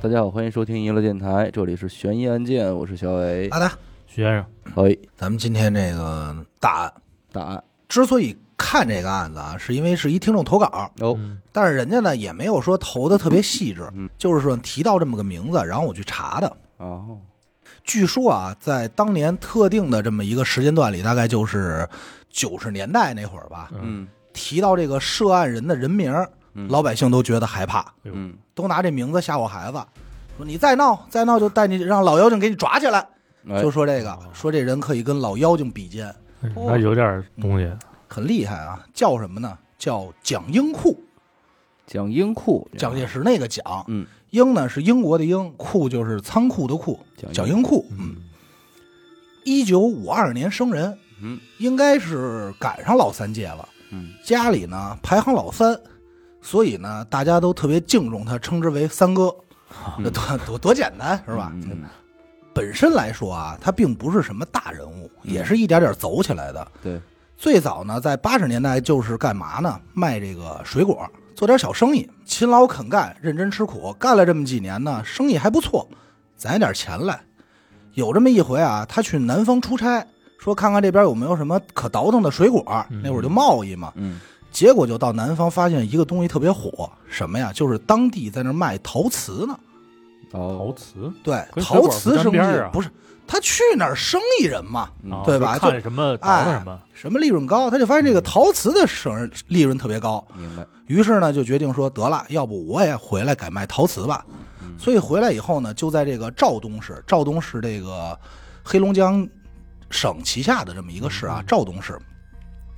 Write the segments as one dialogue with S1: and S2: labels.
S1: 大家好，欢迎收听娱乐电台，这里是悬疑案件，我是小伟。
S2: 阿达，
S3: 徐先生，
S1: 哎，
S2: 咱们今天这个大案，
S1: 大案
S2: 之所以看这个案子啊，是因为是一听众投稿，
S1: 哦，
S3: 嗯
S2: 但是人家呢也没有说投的特别细致，
S1: 嗯
S2: 就是说提到这么个名字，然后我去查的。
S1: 哦，
S2: 据说啊，在当年特定的这么一个时间段里，大概就是九十年代那会儿吧，
S3: 嗯，
S1: 嗯
S2: 提到这个涉案人的人名儿，
S1: 嗯
S2: 老百姓都觉得害怕，
S1: 嗯，
S2: 都拿这名字吓唬孩子，说你再闹再闹就带你让老妖精给你抓起来，
S1: 哎
S2: 就，说这个，说这人可以跟老妖精比肩。
S3: 那嗯有
S2: 哦
S3: 点东西，
S2: 很厉害啊，叫什么呢？叫蒋英库，
S1: 蒋英库，
S2: 蒋介石那个蒋，
S1: 啊嗯，
S2: 英呢是英国的英，库就是仓库的库，
S1: 蒋英
S2: 蒋英库，嗯，一九五二年生人，
S1: 嗯，
S2: 应该是赶上老三届了，
S1: 嗯，
S2: 家里呢排行老三，所以呢大家都特别敬重他，称之为 三哥，这多多多简单是吧？
S1: 嗯嗯
S2: 本身来说啊，他并不是什么大人物，也是一点点走起来的，
S1: 对，
S2: 最早呢，在八十年代就是干嘛呢？卖这个水果，做点小生意，勤劳肯干，认真吃苦，干了这么几年呢，生意还不错，攒点钱来。有这么一回啊，他去南方出差，说看看这边有没有什么可倒腾的水果。那会儿就贸易嘛，
S1: 嗯
S2: 结果就到南方发现一个东西特别火，什么呀？就是当地在那儿卖陶瓷呢。
S3: 陶
S1: 哦，
S3: 瓷，
S2: 对，
S3: 跟水
S2: 陶
S3: 果不
S2: 瓷
S3: 沾
S2: 生意
S3: 边儿啊
S2: 不是他去哪儿生意人嘛，
S1: 嗯
S2: 嗯
S3: 啊
S2: 对吧哎
S3: 就看什么倒腾什么，
S2: 什么利润高，他就发现这个陶瓷的生利润特别高。
S1: 明白，
S2: 于是呢，就决定说得了，要不我也回来改卖陶瓷吧。
S3: 嗯
S2: 所以回来以后呢，就在这个肇东市，肇东市这个黑龙江省旗下的这么一个市
S3: 嗯
S2: 啊，肇东市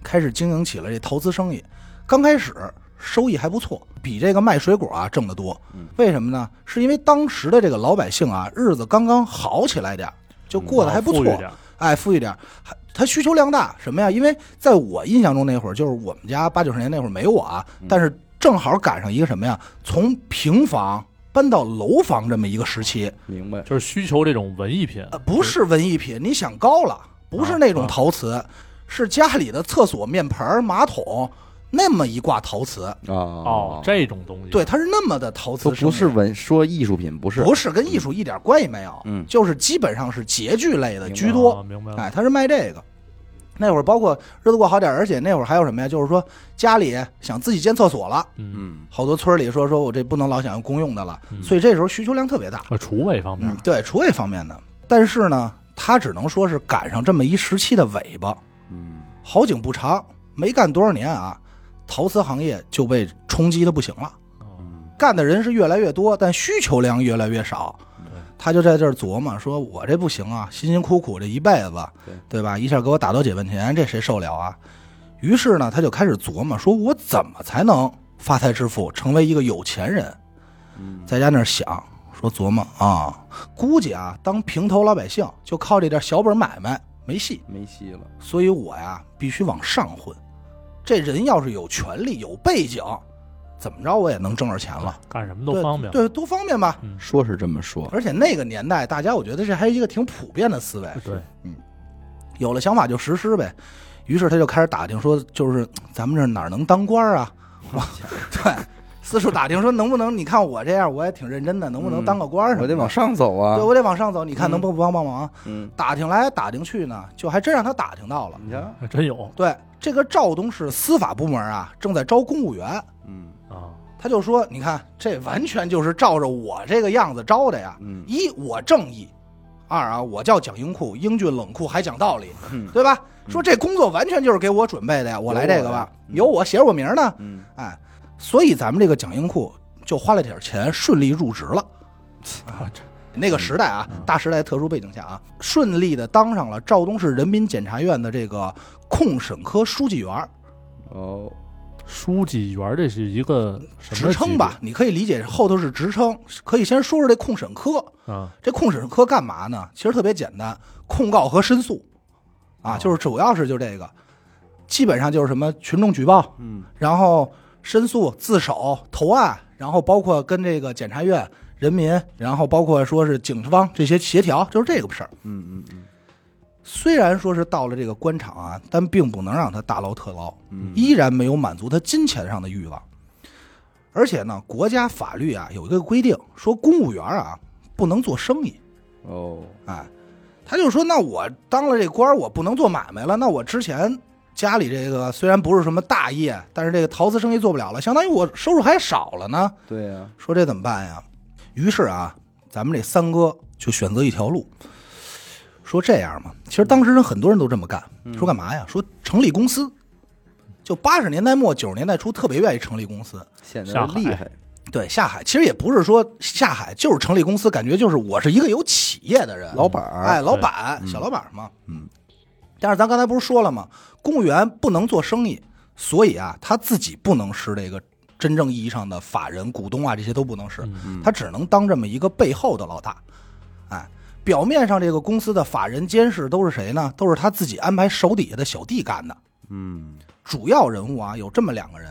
S2: 开始经营起了这陶瓷生意。刚开始收益还不错，比这个卖水果啊挣得多。
S3: 嗯
S2: 为什么呢？是因为当时的这个老百姓啊，日子刚刚好起来点儿，就过得还不错。
S3: 啊哦富裕点儿
S2: 哎，富裕点儿，还他需求量大，什么呀？因为在我印象中那会儿，就是我们家八九十年那会儿没有我啊，
S1: 嗯
S2: 但是正好赶上一个什么呀，从平房搬到楼房这么一个时期，
S1: 明白，
S3: 就是需求这种文艺品
S2: 呃，，不是文艺品，你想高了，不
S1: 啊
S2: 是那种陶瓷，是家里的厕所面盆儿、马桶那么一挂陶瓷，
S3: 哦
S1: 哦，，
S3: 这种东西，
S2: 对，，它是那么的陶
S1: 都
S2: 瓷生
S1: 不
S2: 意，
S1: 是文，说艺术品不是，
S2: 不是跟艺术一点关系没有，
S1: 嗯
S2: 就是基本上是洁具类的
S1: 明白
S2: 居多，
S3: 啊，明白了，
S2: 哎，他是卖这个。那会儿包括日子过好点儿，而且那会儿还有什么呀？就是说家里想自己建厕所了，
S3: 嗯，
S1: 嗯，
S2: 好多村儿里说说我这不能老想用公用的了，
S3: 嗯
S2: 所以这时候需求量特别大。嗯
S3: 啊，厨卫方面，
S2: 对，厨卫方面的，但是呢，他只能说是赶上这么一时期的尾巴。
S1: 嗯，
S2: 好景不长，没干多少年啊，陶瓷行业就被冲击的不行了。
S3: 嗯
S2: 干的人是越来越多，但需求量越来越少
S3: 对。
S2: 他就在这儿琢磨，说我这不行啊，辛辛苦苦这一辈子，
S1: 对
S2: 对吧？一下给我打到解问前，这谁受了啊？于是呢，他就开始琢磨，说我怎么才能发财致富，成为一个有钱人？
S1: 嗯
S2: 在家那儿想，说琢磨啊，估计啊，当平头老百姓就靠这点小本买卖没戏，
S1: 没戏了，
S2: 所以我呀必须往上混。这人要是有权利、有背景，怎么着我也能挣着钱了。
S3: 干什么啊都方便，
S2: 对，对多方便吧。
S3: 嗯
S1: 说是这么说，
S2: 而且那个年代，大家我觉得这还是一个挺普遍的思维，
S3: 对，
S2: 有了想法就实施呗。于是他就开始打听说，就是咱们这哪儿能当官儿 啊？我对，四处打听说能不能，你看我这样，我也挺认真的，能
S3: 嗯
S2: 不能当个官儿什么
S1: 我
S2: 的、
S1: 得往上走啊
S2: 对，，我得往上走，你看
S1: 嗯
S2: 能不能帮帮忙？啊
S1: 嗯，
S2: 打听来打听去呢，就还真让他打听到了。
S1: 你瞧，
S3: 还真有
S2: 对，这个肇东市司法部门啊，正在招公务员，
S1: 嗯
S3: 啊，
S2: 他就说，你看这完全就是照着我这个样子招的呀。
S1: 嗯，
S2: 一我正义，二啊我叫蒋英库，英俊冷酷还讲道理
S1: 嗯，
S2: 对吧？说这工作完全就是给我准备的呀，我来这个吧，
S1: 有
S2: 有
S1: 我
S2: 我写着我名儿呢，
S1: 嗯，
S2: 哎，所以咱们这个蒋英库就花了点钱顺利入职了。
S3: 啊这嗯
S2: 那个时代啊，大时代特殊背景下啊，顺利的当上了肇东市人民检察院的这个控审科书记员儿
S1: 哦，
S3: 书记员这是一个什么
S2: 职称吧，你可以理解后头是职称。可以先说说这控审科，
S3: 级别？啊，
S2: 这控审科干嘛呢？其实特别简单，控告和申诉，啊，
S3: 哦
S2: 就是主要是就这个，基本上就是什么群众举报，
S1: 嗯，
S2: 然后申诉、自首、投案，然后包括跟这个检察院、人民，然后包括说是警方这些协调，就是这个事儿。
S1: 嗯嗯嗯
S2: 虽然说是到了这个官场啊，但并不能让他大捞特捞，
S1: 嗯
S2: 依然没有满足他金钱上的欲望。而且呢，国家法律啊有一个规定，说公务员啊不能做生意。
S1: 哦，
S2: 哎，他就说，那我当了这官儿，我不能做买卖了。那我之前家里这个虽然不是什么大业，但是这个陶瓷生意做不了了，相当于我收入还少了呢。
S1: 对啊呀，
S2: 说这怎么办呀？于是啊，咱们这三哥就选择一条路，说这样嘛。其实当时人很多人都这么干，说干嘛呀？说成立公司。就八十年代末九十年代初，特别愿意成立公司。
S1: 显得
S3: 下
S1: 厉
S3: 海
S1: 害，
S2: 对，下海其实也不是说下海，就是成立公司，感觉就是我是一个有企业的人，
S1: 老板儿，
S2: 哎，老
S3: 对
S2: 板，小老板嘛，
S1: 嗯。
S2: 但是咱刚才不是说了吗？公务员不能做生意，所以啊，他自己不能是这个真正意义上的法人、股东啊，这些都不能是，
S1: 嗯
S2: 他只能当这么一个背后的老大。哎，表面上这个公司的法人监事都是谁呢？都是他自己安排手底下的小弟干的。
S1: 嗯，
S2: 主要人物啊，有这么两个人，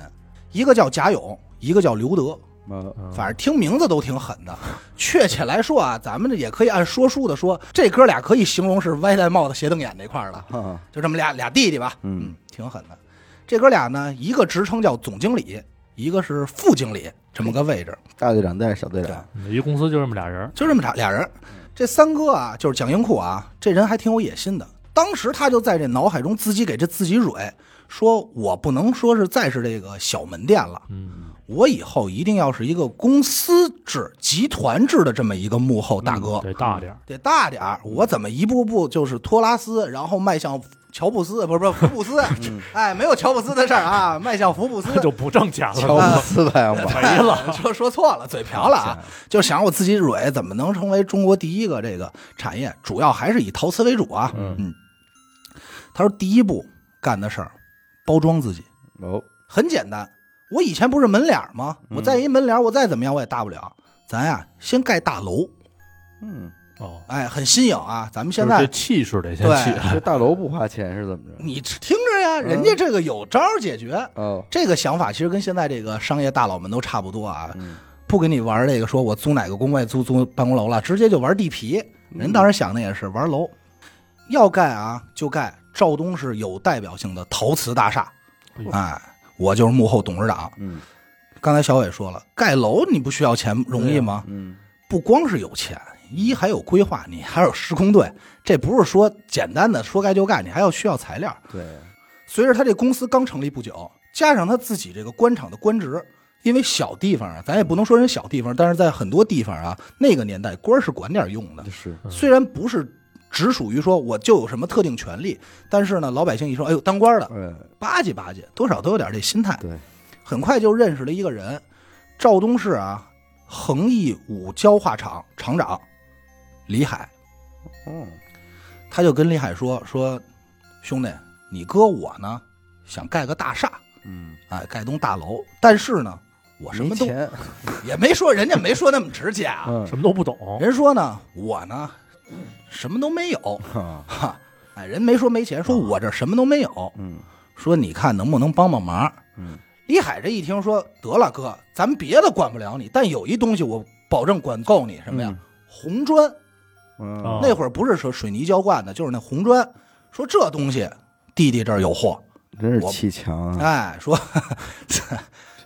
S2: 一个叫贾勇，一个叫刘德。
S1: 呃，
S3: 嗯
S2: 反正听名字都挺狠的。确切来说啊，咱们这也可以按说书的说，这哥俩可以形容是歪戴帽子斜瞪眼那块儿的，
S1: 哈，
S2: 就这么俩俩弟弟吧，
S1: 嗯，
S2: 挺狠的。这哥俩呢，一个职称叫总经理，一个是副经理，这么个位置，
S1: 大队长带着小队长，
S3: 一个公司就这么俩人儿，
S2: 就这么俩俩人。
S3: 嗯
S2: 这三哥啊，就是蒋英库啊，这人还挺有野心的。当时他就在这脑海中自己给这自己蕊，说我不能说是再是这个小门店了，
S3: 嗯，
S2: 我以后一定要是一个公司制、集团制的这么一个幕后大哥，嗯
S3: 得嗯大点儿，。
S2: 得大点儿。我怎么一步步就是托拉斯，然后迈向乔布斯，不是不是福布斯，哎，没有乔布斯的事儿啊，迈向福布斯
S3: 就不挣钱
S1: 乔
S3: 了。
S1: 布斯太晚，
S3: 没了，
S2: 哎说说错了，嘴瓢了 啊！就想我自己蕊怎么能成为中国第一个这个产业，主要还是以陶瓷为主啊。
S1: 嗯
S2: 他说第一步干的事儿，包装自己
S1: 哦，
S2: 很简单。我以前不是门脸儿吗？
S3: 嗯
S2: 我再一门脸儿，我再怎么样我也大不了。咱呀，先盖大楼，
S1: 嗯，
S3: 哦，
S2: 哎，很新颖啊！咱们现
S3: 就是
S2: 在
S3: 这气势得先
S2: 对
S3: 起来，
S1: 嗯这大楼不花钱是怎么着？
S2: 你听着
S3: 嗯
S2: 呀，人家这个有招儿解决。
S1: 哦，
S2: 这个想法其实跟现在这个商业大佬们都差不多啊，
S1: 嗯
S2: 不跟你玩这个说我租哪个工位租租办公楼了，直接就玩地皮。人当时想的也是玩楼，要盖啊就盖肇东市有代表性的陶瓷大厦
S3: 哎呦。
S2: 哎，我就是幕后董事长。
S1: 嗯
S2: 刚才小伟说了，盖楼你不需要钱容易吗？
S1: 嗯，
S2: 不光是有钱，一还有规划，你还有施工队，这不是说简单的说盖就盖，你还要需要材料。
S1: 对，
S2: 随着他这公司刚成立不久，加上他自己这个官场的官职，因为小地方啊，咱也不能说人小地方，但是在很多地方啊，那个年代官儿是管点儿用的
S1: 那，是，
S3: 嗯
S2: 虽然不是只属于说我就有什么特定权利，但是呢，老百姓一说，哎呦，当官的
S1: 哎，
S2: 巴结巴结，多少都有点这心态。
S1: 对，
S2: 很快就认识了一个人，肇东市啊恒益五焦化厂厂长李海。
S1: 哦，
S2: 嗯他就跟李海说说，兄弟，你哥我呢想盖个大厦，
S1: 嗯，
S2: 哎，盖栋大楼，但是呢，我什
S1: 没
S2: 么都
S1: 钱，
S2: 也没说，人家没说那么直接啊，
S1: 嗯
S3: 什么都不懂，
S2: 人说呢，我呢什么都没有，
S1: 啊，
S2: 哈， 哎，人没说没钱，说我这什么都没有，
S1: 嗯
S2: 说你看能不能帮帮忙？
S1: 嗯，
S2: 李海这一听说，得了哥，咱们别的管不了你，但有一东西我保证管够你，什么呀？红砖。
S1: 嗯？
S3: 哦
S1: 嗯，
S2: 那会儿不是说水泥浇灌的，就是那红砖。说这东西，弟弟这儿有货，
S1: 真是
S2: 我
S1: 砌墙啊，
S2: 哎，说
S1: 真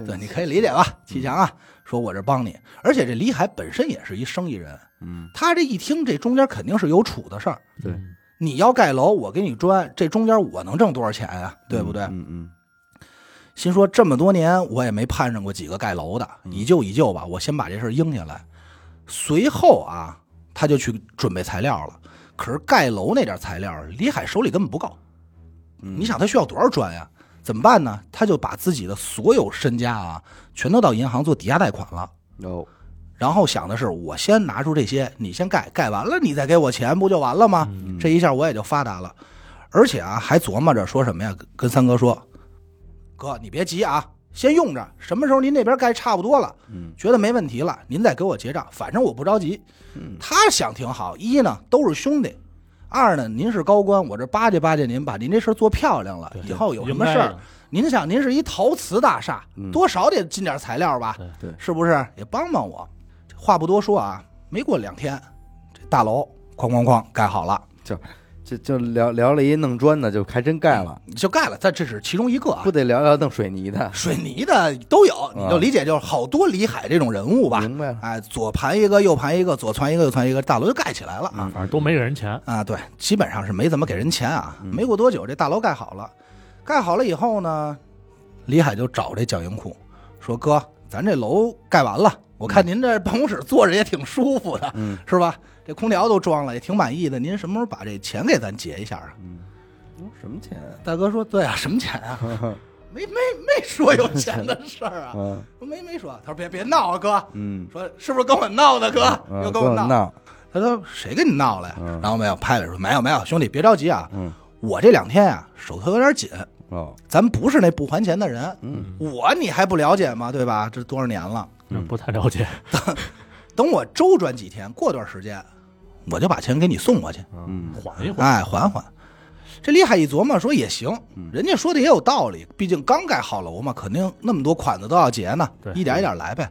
S2: 对，
S1: 是
S2: 你可以理解
S1: 嗯
S2: 吧，齐强啊，说我这帮你。而且这李海本身也是一生意人，
S1: 嗯，
S2: 他这一听这中间肯定是有处的事儿。
S1: 对
S3: 嗯
S2: 你要盖楼，我给你砖，这中间我能挣多少钱呀、对不对？
S1: 嗯嗯，
S2: 心说这么多年我也没盼上过几个盖楼的，
S1: 嗯
S2: 以旧以旧吧，我先把这事儿应下来。随后啊，他就去准备材料了。可是盖楼那点材料，李海手里根本不够。
S1: 嗯
S2: 你想他需要多少砖呀？怎么办呢？他就把自己的所有身家啊，全都到银行做抵押贷款了。
S1: 哦，
S2: 然后想的是，我先拿出这些，你先盖，盖完了你再给我钱，不就完了吗？
S3: 嗯
S2: 这一下我也就发达了，而且啊，还琢磨着说什么呀？跟三哥说，哥你别急啊，先用着，什么时候您那边盖差不多了，
S1: 嗯
S2: 觉得没问题了，您再给我结账，反正我不着急。
S1: 嗯
S2: 他想挺好，一呢都是兄弟，二呢您是高官，我这巴结巴结您，把您这事儿做漂亮了
S3: 对，
S2: 以后有什
S3: 应
S2: 么
S3: 该
S2: 事儿
S3: 的，
S2: 您想，您是一陶瓷大厦，
S1: 嗯
S2: 多少得进点材料吧？
S3: 对
S1: 对
S2: 是不是？也帮帮我。这话不多说啊，没过两天，这大楼哐哐哐盖好了，
S1: 这就就聊聊了一弄砖的，就还真盖了，
S2: 就盖了。但这是其中一个啊
S1: 嗯不，嗯得聊聊弄水泥的，
S2: 水泥的都有，你就理解就是好多李海这种人物吧。
S1: 明白了，
S2: 哎，左盘一个，右盘一个，左传一个，右传一个，大楼就盖起来了
S1: 嗯
S2: 啊。
S3: 反正都没给人钱，
S2: 啊，对，基本上是没怎么给人钱啊。
S1: 嗯
S2: 没过多久，这大楼盖好了，盖好了以后呢，李海就找这蒋英库说：“哥，咱这楼盖完了，我看您这办公室坐着也挺舒服的，
S1: 嗯
S2: 是吧？这空调都装了，也挺满意的。您什么时候把这钱给咱结一下啊
S1: 嗯，哦什么钱？？”
S2: 大哥说：“对啊，什么钱 啊？没没没说有钱的事儿啊，
S1: 嗯
S2: 说没没说。”他说：“别别闹啊，哥。”
S1: 嗯，
S2: 说是不是跟我闹呢，哥？
S1: 嗯
S2: 啊又跟
S1: 跟
S2: 我
S1: 我
S2: 闹。
S1: 闹，
S2: 他说谁跟你闹了呀？
S1: 嗯
S2: 然后没有拍着说没有没有，兄弟别着急啊，
S1: 嗯
S2: 我这两天啊手头有点紧，
S1: 哦，
S2: 咱不是那不还钱的人，
S1: 嗯
S2: 我你还不了解吗？对吧？这多少年了，
S3: 那不太了解。
S2: 等我周转几天，过段时间我就把钱给你送过去，
S1: 嗯
S3: 缓一缓，
S2: 哎，缓缓。这李海一琢磨说也行，人家说的也有道理，毕竟刚盖好楼嘛，肯定那么多款子都要结呢
S3: 对，
S2: 一点一点来呗。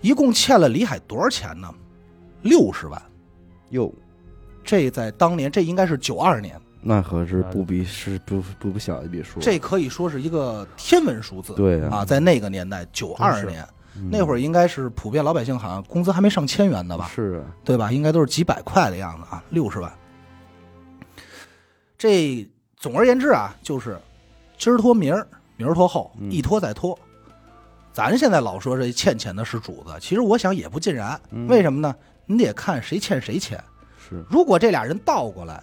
S2: 一共欠了李海多少钱呢？六十万。
S1: 哟，
S2: 这在当年，这应该是九二年，
S1: 那可是不比是不不不小一笔数，
S2: 这可以说是一个天文数字。
S1: 对啊嗯
S2: 啊，在那个年代，九二
S3: 是
S2: 年那会儿，应该是普遍老百姓好像工资还没上千元呢吧，
S1: 是啊，
S2: 对吧？应该都是几百块的样子啊，六十万。这总而言之啊，就是今儿拖明儿，明儿拖后，
S1: 嗯
S2: 一拖再拖。咱现在老说这欠钱的是主子，其实我想也不尽然。
S1: 嗯
S2: 为什么呢？你得看谁欠谁钱。
S1: 是，啊
S2: 如果这俩人倒过来，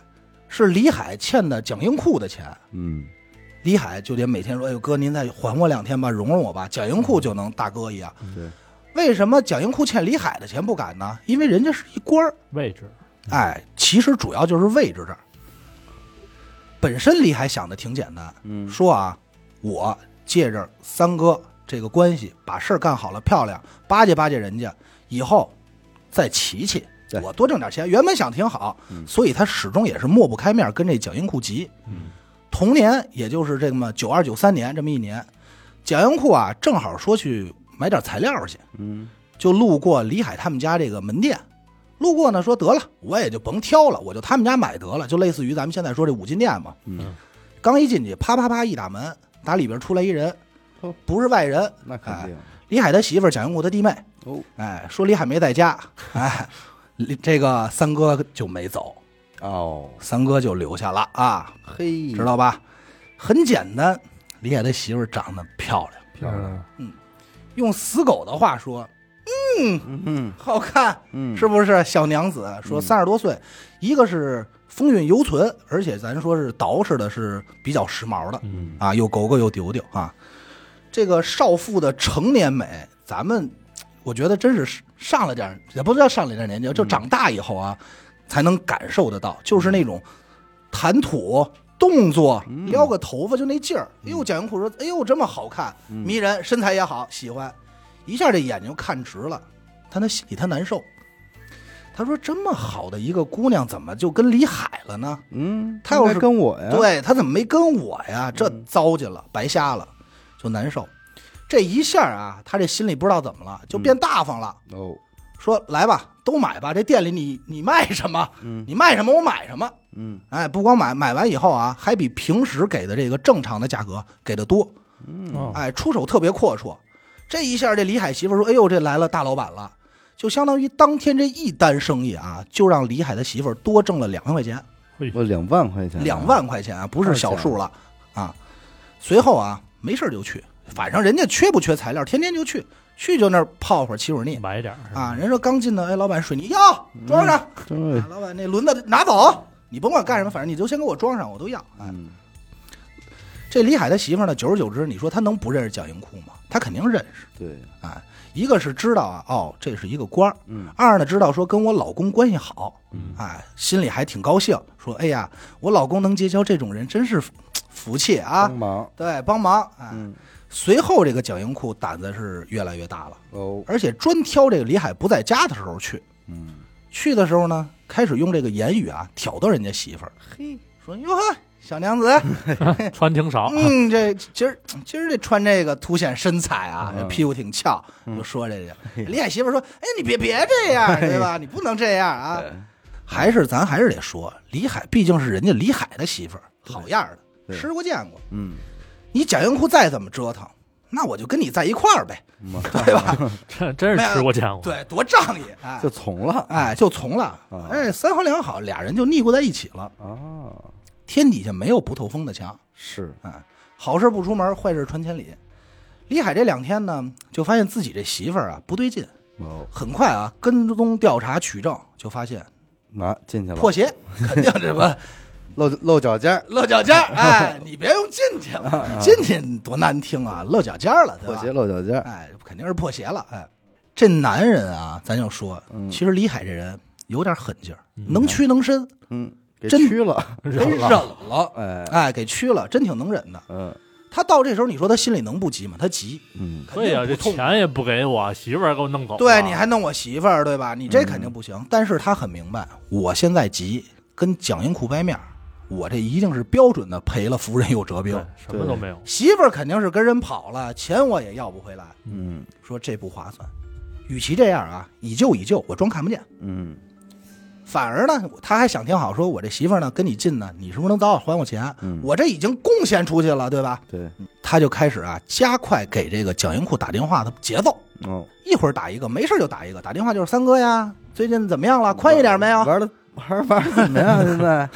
S2: 是李海欠的蒋英库的钱，
S1: 嗯
S2: 李海就得每天说：“哎呦哥，您再还我两天吧，容容我吧。”蒋英库就能大哥一样。
S1: 嗯对，
S2: 为什么蒋英库欠李海的钱不敢呢？因为人家是一官儿，
S3: 位置
S2: 哎，其实主要就是位置这儿。本身李海想的挺简单，
S1: 嗯
S2: 说啊，我借着三哥这个关系，把事儿干好了漂亮，巴结巴结人家，以后再齐齐
S1: 对，
S2: 我多挣点钱。原本想挺好，
S1: 嗯
S2: 所以他始终也是抹不开面跟这蒋英库急。
S3: 嗯
S2: 同年，也就是这么九二九三年这么一年，蒋英库啊正好说去买点材料去，
S1: 嗯
S2: 就路过李海他们家这个门店，路过呢说得了，我也就甭挑了，我就他们家买得了，就类似于咱们现在说这五金店嘛。
S1: 嗯，
S2: 刚一进去，啪啪啪一打门，打里边出来一人
S1: 哦，
S2: 不是外人，
S1: 那
S2: 哎
S1: 肯定
S2: 李海他媳妇儿蒋英库他弟妹。
S1: 哦，
S2: 哎，说李海没在家， 哎，李这个三哥就没走，
S1: 哦，
S2: 三哥就留下了啊，
S1: 嘿，
S2: 知道吧？很简单，李海他媳妇儿长得漂亮，
S1: 漂亮，
S3: 啊
S2: 用死狗的话说，
S1: 嗯
S2: 好看。
S1: 嗯
S2: 是不是小娘子？说三十多岁，一个是风韵犹存，而且咱说是捯饬的是比较时髦的
S3: 嗯，
S2: 啊，又狗狗又丢丢啊。这个少妇的成年美，咱们我觉得真是上了点儿，也不叫上了点儿年纪，就长大以后啊，才能感受得到，就是那种谈吐。动作撩个头发就那劲儿，哎呦，蒋云库说：“哎呦，这么好看，迷人，身材也好，喜欢。”一下这眼睛看直了，但他心里他难受。他说：“这么好的一个姑娘，怎么就跟李海了呢？
S1: 嗯，
S2: 他要是
S1: 应该跟我呀，
S2: 对他怎么没跟我
S1: 嗯
S2: 呀？这糟践了，白瞎了，就难受。这一下啊，他这心里不知道怎么了，就变大方了，
S1: 哦，
S2: 说来吧，都买吧，这店里你你卖什么，
S1: 嗯
S2: 你卖什么我买什么。
S1: 嗯
S2: 哎，不光买，买完以后啊，还比平时给的这个正常的价格给的多。
S3: 哦
S2: 哎，出手特别阔绰。这一下，这李海媳妇说：“哎呦，这来了大老板了！”就相当于当天这一单生意啊，就让李海的媳妇儿多挣了两万块钱。
S1: 我两万块钱，
S2: 两，万块钱啊，不是小数了啊。随后啊，没事儿就去，反正人家缺不缺材料，天天就去，去就那儿泡会儿起水腻
S3: 买点
S1: 嗯
S3: 儿
S2: 啊。，人说刚进呢，哎，老板水泥要装上，
S1: 对
S2: 啊，老板那轮子拿走，你甭管干什么，反正你就先给我装上，我都要。哎，
S1: 嗯
S2: 这李海的媳妇儿呢，久而久之，你说她能不认识蒋英库吗？她肯定认识。
S1: 对，
S2: 啊。一个是知道啊，哦，这是一个官儿；
S1: 嗯
S2: 二呢，知道说跟我老公关系好，
S3: 嗯
S2: 哎，心里还挺高兴，说：“哎呀，我老公能结交这种人，真是福气啊
S1: 帮！”忙，
S2: 对，帮忙。哎，
S1: 嗯
S2: 随后这个蒋英库胆子是越来越大了，
S1: 哦，
S2: 而且专挑这个李海不在家的时候去。
S1: 嗯
S2: 去的时候呢，开始用这个言语啊挑逗人家媳妇儿，
S1: 嘿，
S2: 说：“哟呵，小 娘子，
S3: 穿挺少，
S2: 嗯，这今儿今儿这穿这个凸显身材啊，
S1: 嗯
S2: 屁股挺翘。”哎
S1: 哎
S2: 就说这个，李海媳妇儿说：“哎，你别别这样，对吧？你不能这样啊。”还是咱还是得说，李海毕竟是人家李海的媳妇儿，好样儿的，
S1: 对
S2: 吃过见过。
S1: 嗯，
S2: 你蒋英库再怎么折腾，那我就跟你在一块儿呗，
S1: 妈
S2: 对吧？
S3: 这真是吃过见过。
S2: 对，多仗义，哎
S1: 哦就从了
S2: 哎，就从了
S1: 啊，
S2: 哎，三好两好，俩人就腻咕在一起了。
S1: 啊，
S2: 天底下没有不透风的墙，
S1: 是
S2: 哎，好事不出门，坏事传千里。李海这两天呢，就发现自己这媳妇儿啊不对劲，
S1: 哦，
S2: 很快啊跟踪调查取证，就发现
S1: 拿进去了，
S2: 破鞋，肯定 这不
S1: 露露脚尖儿，
S2: 落脚尖儿，哎，你别用进去了，进去多难听啊，落脚尖儿了，
S1: 啊
S2: 对
S1: 破
S2: 吧
S1: 鞋？露脚尖儿，
S2: 哎，肯定是破鞋了，哎，这男人啊，咱就说，
S1: 嗯
S2: 其实李海这人有点狠劲儿，能屈能伸，
S1: 嗯，给
S2: 真
S1: 去了，
S2: 给忍了，
S1: 哎，
S2: 哎，给屈了，真挺能忍的。
S1: 嗯
S2: 他到这时候，你说他心里能不急吗？他急，
S1: 嗯，
S3: 对呀、
S2: 肯定
S3: 啊这
S2: 不痛
S3: 钱也不给我，媳妇儿给我弄走了。
S2: 对，你还弄我媳妇儿，对吧？你这肯定不行。但是他很明白，我现在急，跟蒋英库掰面儿，我这一定是标准的赔了夫人又折兵
S3: 对。什么都没有。
S2: 媳妇儿肯定是跟人跑了，钱我也要不回来。
S1: 嗯
S2: 说这不划算，与其这样啊，以旧以旧，我装看不见。
S1: 嗯
S2: 反而呢，他还想挺好，说我这媳妇儿呢跟你近呢，你是不是能早点还我钱？
S1: 嗯
S2: 我这已经贡献出去了，对吧？
S1: 对，
S2: 他就开始啊，加快给这个蒋英库打电话的节奏，
S1: 哦，
S2: 一会儿打一个，没事就打一个，打电话就是三哥呀，最近怎么样了？宽一点没有？
S1: 玩的玩玩的怎么 样？现在，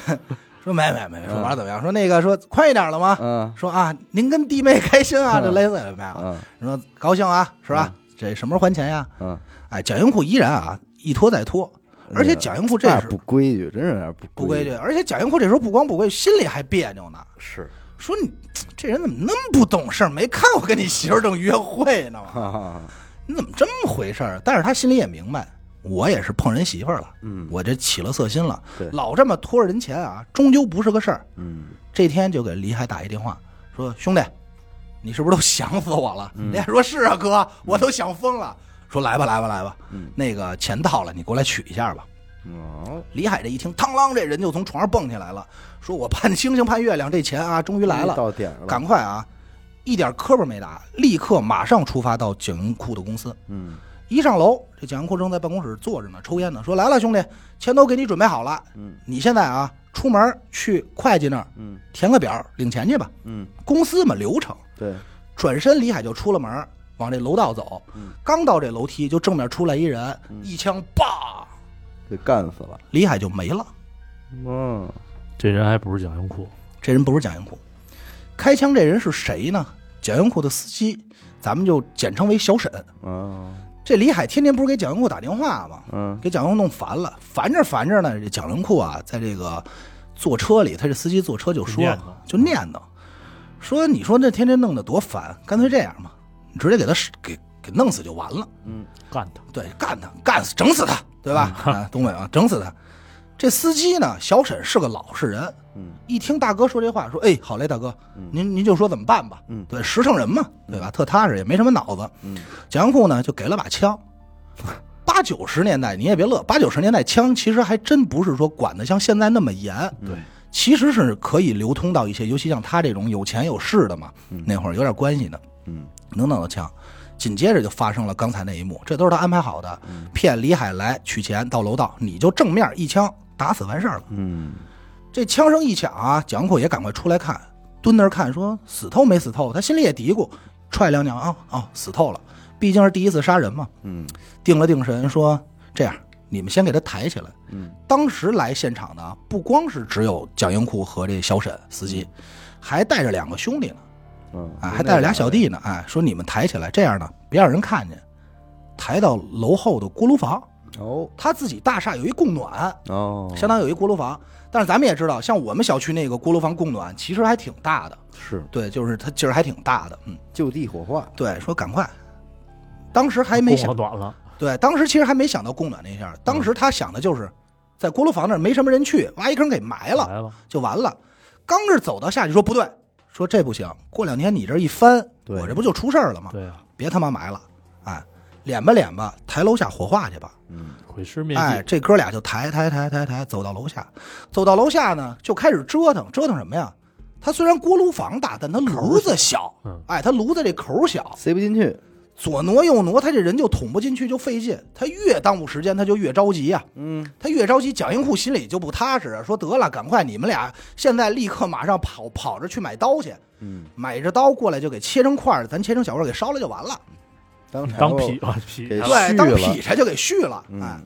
S2: 说没没没，说
S1: 嗯
S2: 玩儿怎么样？说那个说宽一点了吗？
S1: 嗯
S2: 说啊，您跟弟妹开心啊，
S1: 嗯
S2: 这类似的没有？
S1: 嗯
S2: 说高兴啊，是吧？这什么时候还钱呀？
S1: 嗯，
S2: 哎，蒋英库依然啊一拖再拖，而且蒋英库这
S1: 有点
S2: 时
S1: 嗯不规矩，真是有点不
S2: 不规矩，
S1: 矩，
S2: 而且蒋英库这时候不光不规矩，心里还别扭呢，
S1: 是，
S2: 说你这人怎么那么不懂事儿？没看我跟你媳妇儿正约会 呢吗？
S1: 哈哈，
S2: 你怎么这么回事儿？但是他心里也明白，我也是碰人媳妇儿了，
S1: 嗯
S2: 我这起了色心了
S1: 对，
S2: 老这么拖着人钱啊，终究不是个事儿。
S1: 嗯
S2: 这天就给李海打一电话，说兄弟，你是不是都想死我了？
S1: 嗯
S2: 李海说是啊，哥，我都想疯了。说来吧，来吧，来吧，
S1: 嗯
S2: 那个钱到了，你过来取一下吧。嗯
S1: 哦，
S2: 李海这一听，嘡啷，这人就从床上蹦起来了，说我盼星星盼月亮，这钱啊，终于来了，
S1: 到点儿了，
S2: 赶快啊，一点磕巴没打，立刻马上出发到景云库的公司。
S1: 嗯
S2: 一上楼，这蒋英库正在办公室坐着呢，抽烟呢，说来了兄弟，钱都给你准备好了，
S1: 嗯
S2: 你现在啊出门去会计那儿
S1: 嗯
S2: 填个表领钱去吧，
S1: 嗯，
S2: 公司嘛流程。
S1: 对，
S2: 转身李海就出了门，往这楼道走，
S1: 嗯
S2: 刚到这楼梯就正面出来一人，一枪叭，
S1: 给干死了，
S2: 李海就没了。
S1: 嗯
S3: 这人还不是蒋英库，
S2: 这人不是蒋英库，开枪这人是谁呢？蒋英库的司机，咱们就简称为小沈。
S1: 哦
S2: 这李海天天不是给蒋英库打电话吗？
S1: 嗯
S2: 给蒋英库弄烦了，烦着烦着呢，这蒋英库啊，在这个坐车里，他这司机坐车就说
S3: 念叨
S2: 就念叨，说你说这天天弄得多烦，干脆这样吧，你直接给他给给弄死就完了，
S1: 嗯
S3: 干他！
S2: 对，干他，干死，整死他，对吧？啊，东北啊，整死他。这司机呢，小沈是个老实人，
S1: 嗯，
S2: 一听大哥说这话，说：“哎，好嘞，大哥，您您就说怎么办吧。”
S1: 嗯
S2: 对，实诚人嘛，对吧？特踏实，也没什么脑子。
S1: 嗯，
S2: 蒋英库呢就给了把枪。八九十年代你也别乐，八九十年代枪其实还真不是说管得像现在那么严，
S1: 嗯对，
S2: 其实是可以流通到一些，尤其像他这种有钱有势的嘛，那会儿有点关系的，
S1: 嗯
S2: 能弄到枪。紧接着就发生了刚才那一幕，这都是他安排好的，骗李海来取钱到楼道，你就正面一枪打死完事儿了。
S1: 嗯
S2: 这枪声一响啊，蒋阔也赶快出来看，蹲那儿看，说死透没死透？他心里也嘀咕，踹两脚啊啊，死透了，毕竟是第一次杀人嘛。
S1: 嗯
S2: 定了定神，说这样，你们先给他抬起来。
S1: 嗯，
S2: 当时来现场的啊不光是只有蒋英库和这小沈司机，还带着两个兄弟呢，
S1: 嗯，
S2: 啊，还带着俩小弟呢，哎，说你们抬起来，这样呢，别让人看见，抬到楼后的锅炉房。
S1: 哦
S2: 他自己大厦有一供暖，
S1: 哦，
S2: 相当有一锅炉房。但是咱们也知道，像我们小区那个锅炉房供暖其实还挺大的，
S1: 是
S2: 对，就是它劲儿还挺大的，嗯，
S1: 就地火化，
S2: 对，说赶快。当时还没
S3: 供
S2: 想
S3: 了，短了，
S2: 对，当时其实还没想到供暖那一下，当时他想的就是，在锅炉房那儿没什么人去，挖一坑给埋了
S3: 来了，
S2: 就完了。刚这走到下去，说不对，说这不行，过两天你这一翻，
S1: 对
S2: 我这不就出事儿了吗？
S3: 对啊呀、
S2: 别他妈埋了，哎，敛吧敛吧，抬楼下火化去吧。
S1: 嗯
S3: 毁尸灭迹。
S2: 哎，这哥俩就抬抬抬抬抬，走到楼下，走到楼下呢，就开始折腾，折腾什么呀？他虽然锅炉房大，但他炉子小
S3: 嗯，
S2: 哎，他炉子这口小，
S1: 塞不进去，
S2: 左挪右挪，他这人就捅不进去，就费劲。他越耽误时间，他就越着急呀、
S1: 嗯，
S2: 他越着急，蒋英户心里就不踏实，啊说得了，赶快你们俩现在立刻马上跑跑着去买刀去，
S1: 嗯，
S2: 买着刀过来就给切成块儿，咱切成小块儿给烧了就完了。
S1: 当场
S3: 当劈啊劈，
S1: 给
S3: 然后
S1: 续
S2: 对，当
S1: 了嗯
S2: 劈柴就给续了。哎，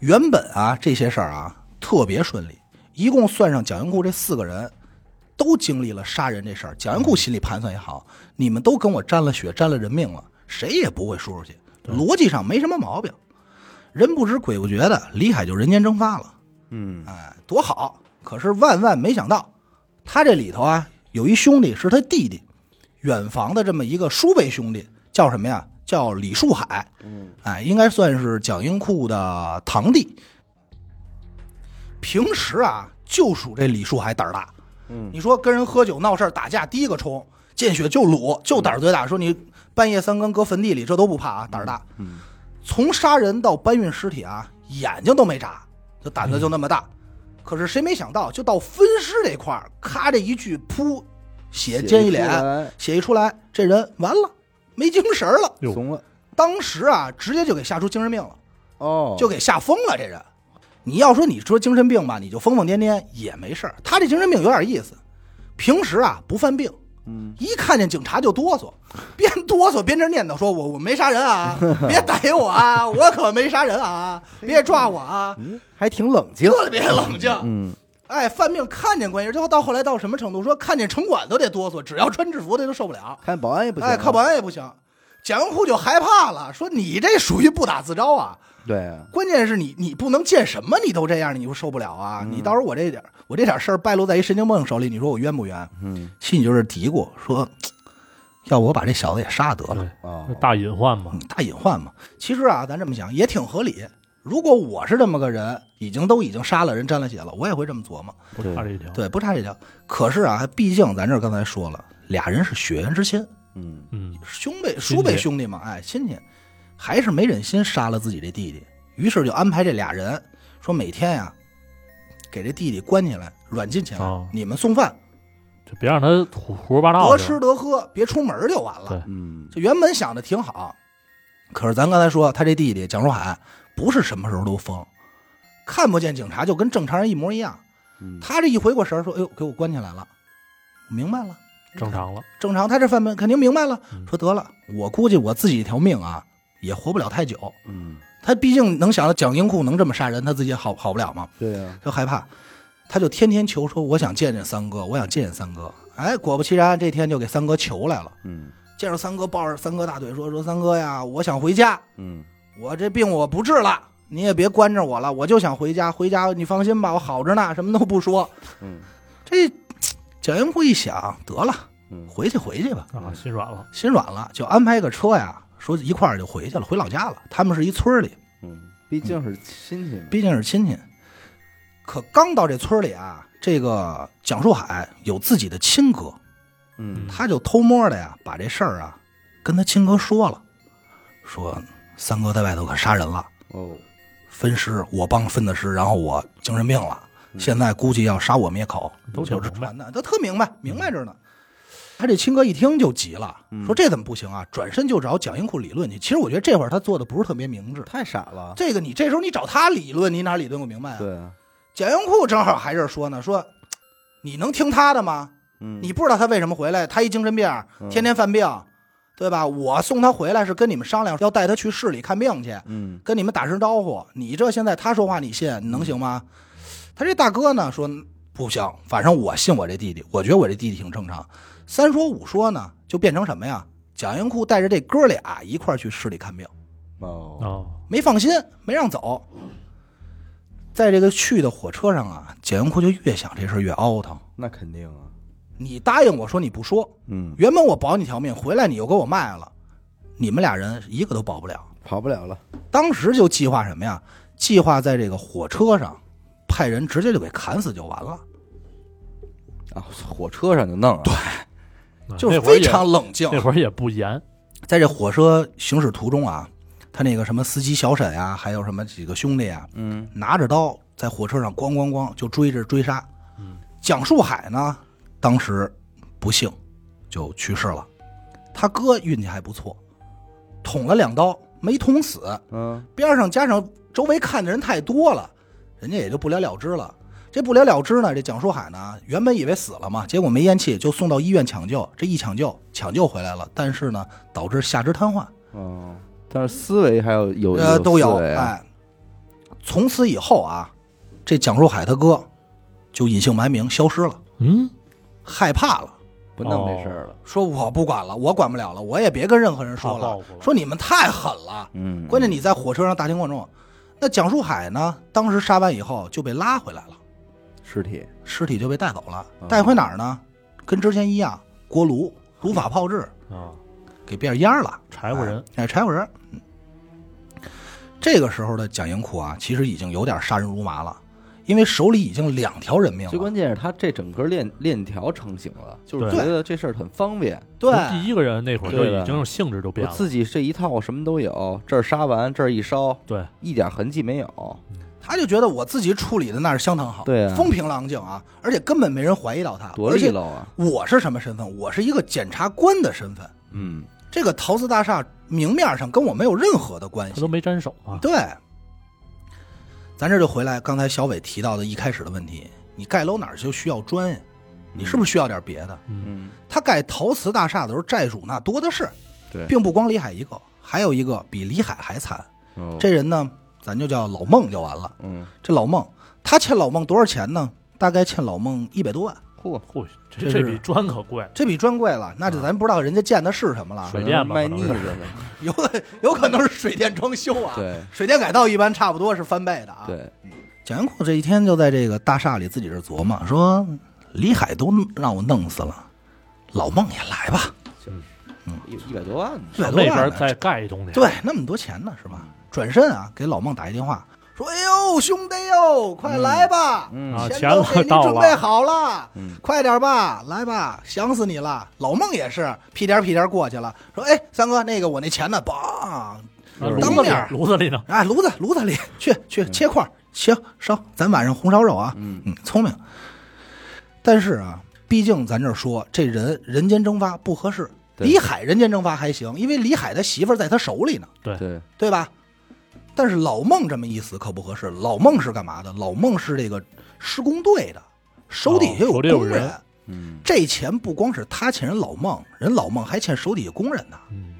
S2: 原本啊这些事儿啊特别顺利，一共算上蒋英库这四个人，都经历了杀人这事儿。蒋英库心里盘算也好，你们都跟我沾了血、沾了人命了，谁也不会说出去，逻辑上没什么毛病。人不知鬼不觉的，李海就人间蒸发了。
S1: 嗯，
S2: 哎，多好！可是万万没想到，他这里头啊有一兄弟是他弟弟，远房的这么一个叔辈兄弟，叫什么呀？叫李树海。
S1: 嗯，
S2: 哎，应该算是蒋英库的堂弟。平时啊，就属这李树海胆儿大。
S1: 嗯，
S2: 你说跟人喝酒闹事儿、打架，第一个冲，见血就
S1: 嗯
S2: 撸，就胆儿最大。说你半夜三更搁坟地里，这都不怕啊，胆儿大。
S1: 嗯，
S2: 从杀人到搬运尸体啊，眼睛都没眨，就胆子就那么大。
S1: 嗯
S2: 可是谁没想到，就到分尸这块儿，咔这一句噗，血溅一脸，
S1: 脸，
S2: 血一出来，这人完了，没精神儿了。
S3: 哟
S1: 怂了，
S2: 当时啊，直接就给吓出精神病了，
S1: 哦，
S2: 就给吓疯了。这人，你要说你说精神病吧，你就疯疯癫癫也没事儿。他这精神病有点意思，平时啊不犯病，
S1: 嗯，
S2: 一看见警察就哆嗦， 边哆嗦边这念叨说：“我我没杀 人啊，别逮我啊，我可没杀人啊，别抓我啊，
S1: 嗯哎还挺冷静，
S2: 特别冷静。”
S1: 嗯，
S2: 哎，犯病看见关键，最后到后来到什么程度？说看见城管都得哆嗦，只要穿制服的都受不了。
S1: 看保安也不行，啊
S2: 哎，靠保，安也不行。蒋英库就害怕了，说你这属于不打自招啊！
S1: 对啊，
S2: 关键是你你不能见什么你都这样，你就受不了啊！
S1: 嗯
S2: 你到时候我这点我这点事儿败露在一神经病手里，你说我冤不冤？
S1: 嗯，
S2: 心里就是嘀咕说，要不我把这小子也杀得了，
S3: 对，
S1: 哦
S3: 那，大隐患嘛
S2: 嗯，大隐患嘛。其实啊，咱这么想也挺合理。如果我是这么个人，已经都已经杀了人、沾了血了，我也会这么琢磨。
S3: 不差这一条。
S2: 对，不差这条。可是啊，毕竟咱这儿刚才说了，俩人是血缘之亲，
S1: 嗯，
S3: 嗯，
S2: 兄妹
S3: 亲戚
S2: 叔辈兄弟嘛，哎，亲戚，还是没忍心杀了自己这弟弟，于是就安排这俩人说每天呀、给这弟弟关起来，软禁起来，
S3: 哦
S2: 你们送饭，
S3: 就别让他胡胡说八道
S2: 得
S3: 去。
S2: 吃得喝，别出门就完了
S3: 对。
S1: 嗯，
S2: 这原本想的挺好，可是咱刚才说他这弟弟蒋书海不是什么时候都疯，看不见警察就跟正常人一模一样。
S1: 嗯
S2: 他这一回过神儿说：“哎呦，给我关起来了，明白了。”
S3: 正常了，
S2: 正常，他这范本肯定明白了，
S3: 嗯
S2: 说得了，我估计我自己一条命啊，也活不了太久。
S1: 嗯，
S2: 他毕竟能想到蒋英库能这么杀人，他自己好好不了嘛，
S1: 对啊，
S2: 就害怕，他就天天求说，我想见见三哥，我想见见三哥。哎，果不其然，这天就给三哥求来了，
S1: 嗯
S2: 见着三哥，抱着三哥大腿说说三哥呀，我想回家，
S1: 嗯，
S2: 我这病我不治了，你也别关着我了，我就想回家，回家你放心吧，我好着呢，什么都不说。
S1: 嗯
S2: 这蒋英库一想，得了，
S1: 嗯
S2: 回去回去吧。
S3: 啊，心软了，
S2: 心软了，就安排个车呀，说一块儿就回去了，回老家了。他们是一村儿里，
S1: 嗯，毕竟是亲戚嘛，
S2: 毕竟是亲戚。可刚到这村儿里啊，这个蒋树海有自己的亲哥，
S1: 嗯
S2: 他就偷摸的呀，把这事儿啊跟他亲哥说了，说三哥在外头可杀人了，
S1: 哦，
S2: 分尸，我帮分的尸，然后我精神病了，现在估计要杀我灭口，
S3: 都挺
S2: 有这
S3: 明白。
S2: 传的，都特明白，明白着呢。他这亲哥一听就急了，
S1: 嗯
S2: 说这怎么不行啊？转身就找蒋英库理论去。其实我觉得这会儿他做的不是特别明智。
S1: 太傻了，
S2: 这个你这时候你找他理论，你哪理论不明白啊？
S1: 对啊，
S2: 蒋英库正好还是说呢，说你能听他的吗？
S1: 嗯，
S2: 你不知道他为什么回来，他一精神病，天天犯病，对吧？我送他回来是跟你们商量，要带他去市里看病去，
S1: 嗯
S2: 跟你们打声招呼。你这现在他说话你信，你能行吗？他这大哥呢说不行，反正我信我这弟弟，我觉得我这弟弟挺正常。三说五说呢，就变成什么呀？蒋英库带着这哥俩一块儿去市里看病，
S1: 哦，
S3: 哦，
S2: 没放心，没让走。在这个去的火车上啊，蒋英库就越想这事儿越凹腾。
S1: 那肯定啊，
S2: 你答应我说你不说，
S1: 嗯，
S2: 原本我保你条命，回来你又给我卖了，你们俩人一个都保不了。
S1: 跑不了了，
S2: 当时就计划什么呀？计划在这个火车上派人直接就给砍死就完了，
S1: 啊，火车上就弄啊，
S3: 那
S2: 就是
S3: 那会儿
S2: 非
S3: 也
S2: 常冷静。
S3: 那会儿也不严，
S2: 在这火车行驶途中啊，他那个什么司机小沈啊，还有什么几个兄弟啊，
S1: 嗯，
S2: 拿着刀在火车上咣咣咣就追着追杀。
S3: 嗯
S2: 蒋树海呢，当时不幸就去世了，他哥运气还不错，捅了两刀没捅死，
S1: 嗯
S2: 边上加上周围看的人太多了，人家也就不了了之了。这不了了之呢，这蒋书海呢，原本以为死了嘛，结果没咽气，就送到医院抢救。这一抢救，抢救回来了，但是呢，导致下肢瘫痪，
S1: 哦，但是思维还有有
S2: 呃，都有。
S1: 思维啊
S2: 哎，从此以后啊，这蒋书海他哥就隐姓埋名消失了，
S3: 嗯，
S2: 害怕了，
S1: 不弄这事儿了。
S2: 说我不管了，我管不了了，我也别跟任何人说
S3: 怕报
S2: 了，
S3: 复了
S2: 说你们太狠了，
S1: 嗯，
S2: 关键你在火车上大庭广众。那蒋书海呢？当时杀完以后就被拉回来了，
S1: 尸体
S2: 尸体就被带走了
S1: 哦。
S2: 带回哪儿呢？跟之前一样，锅炉如法炮制，
S3: 啊，
S2: 给变烟儿了。
S3: 柴火人，
S2: 哎，柴火人。嗯这个时候的蒋英库啊，其实已经有点杀人如麻了，因为手里已经两条人命
S1: 最
S2: 了。
S1: 关键是他这整个链链条成型了，就是
S3: 对
S1: 觉得这事儿很方便，
S2: 对，
S3: 从第一个人那会儿就
S1: 对的
S3: 已经性质就
S1: 我
S3: 变了，
S1: 自己这一套什么都有，这儿杀完这儿一烧，
S3: 对，
S1: 一点痕迹没有。
S2: 他就觉得我自己处理的那是相当好，
S1: 对啊
S2: 风平浪静啊，而且根本没人怀疑到他，
S1: 多
S2: 而
S1: 利
S2: 且
S1: 落啊！
S2: 我是什么身份？我是一个检察官的身份。
S1: 嗯，
S2: 这个陶瓷大厦明面上跟我没有任何的关
S3: 他
S2: 系
S3: 都。没沾手啊，
S2: 对，咱这就回来刚才小伟提到的一开始的问题，你盖楼哪儿就需要砖呀？你是不是需要点别的？
S3: 嗯，
S1: 嗯，
S2: 他盖陶瓷大厦的时候，债主那多的是，
S1: 对
S2: 并不光李海一个，还有一个比李海还惨。
S1: 哦
S2: 这人呢，咱就叫老孟就完了。
S1: 嗯，
S2: 这老孟，他欠老孟多少钱呢？大概欠老孟一百多万，
S1: 嚯，
S3: 嚯，
S2: 这
S3: 这这
S2: 是
S3: 比砖可贵，
S2: 这比砖贵了。那就
S1: 啊
S2: 咱不知道人家建的是什么了，
S3: 水电吧
S1: 卖
S3: 可能
S1: 腻
S3: 是
S1: 子了。
S2: 有有可能是水电装修啊。
S1: 对
S2: 水电改造一般差不多是翻倍的啊。，
S1: 对，
S2: 蒋元库这一天就在这个大厦里自己这儿琢磨，说李海都让我弄死了，老孟也来吧，
S1: 一一百多万呢。
S2: 一百
S3: 那
S2: 多
S3: 边
S2: 万
S3: 再
S2: 呢，
S3: 盖一东西，啊
S2: 对，那么多钱呢是吧？转身啊，给老孟打一电话，说：“哎呦，兄弟哟，快来吧，
S1: 嗯
S3: 啊
S2: 钱都给你
S3: 钱都到
S2: 准
S3: 了
S2: 备好了，
S1: 嗯
S2: 快点吧，来吧，想死你了。”老孟也是屁颠儿屁颠儿过去了，说：“哎，三哥，那个我那钱呢？梆，
S3: 啊，炉
S2: 当
S3: 子
S2: 面儿
S3: 里炉子里呢，
S2: 哎，炉子炉子里去去
S3: 嗯
S2: 切块儿，行，烧，咱晚上红烧肉啊。
S1: 嗯，
S2: 嗯，聪明。但是啊，毕竟咱这儿说这人人间蒸发不合适，
S1: 对
S2: 李海人间蒸发还行，因为李海他媳妇儿在他手里呢，
S1: 对，
S2: 对吧？但是老孟这么一死可不合适，老孟是干嘛的？老孟是这个施工队的，手底下
S3: 哦手里有
S2: 工
S3: 人
S2: 人。
S1: 嗯，，
S2: 这钱不光是他欠人老孟，人老孟还欠手底下工人呢。
S3: 嗯，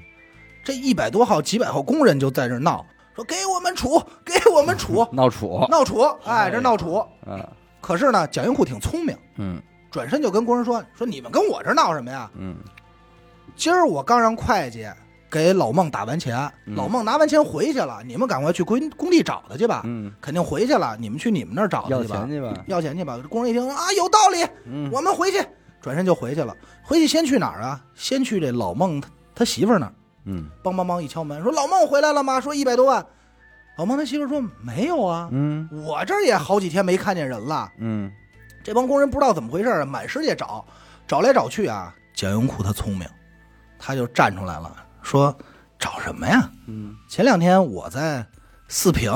S2: 这一百多号、几百号工人就在这儿闹，说给我们处，给我们处
S1: 闹楚
S2: 闹处，哎，这闹处。
S1: 啊，
S2: 可是呢，蒋英库挺聪明，
S1: 嗯
S2: 转身就跟工人说：“说你们跟我这儿闹什么呀？
S1: 嗯
S2: 今儿我刚让会计给老孟打完钱，
S1: 嗯
S2: 老孟拿完钱回去了，你们赶快去工工地找他去吧，
S1: 嗯，
S2: 肯定回去了，你们去你们那儿找他
S1: 要
S2: 去吧
S1: 钱，去吧。
S2: 要钱去吧。”工人一听啊，有道理，
S1: 嗯，
S2: 我们回去，转身就回去了。回去先去哪儿啊？先去这老孟他他媳妇儿那儿，
S1: 嗯
S2: 梆梆梆一敲门，说老孟回来了吗？说一百多万。老孟他媳妇儿说没有啊，
S1: 嗯
S2: 我这儿也好几天没看见人了。
S1: 嗯，
S2: 这帮工人不知道怎么回事儿，啊满世界找，找来找去啊。蒋永库他聪明，他就站出来了，说：“找什么呀？
S1: 嗯，
S2: 前两天我在四平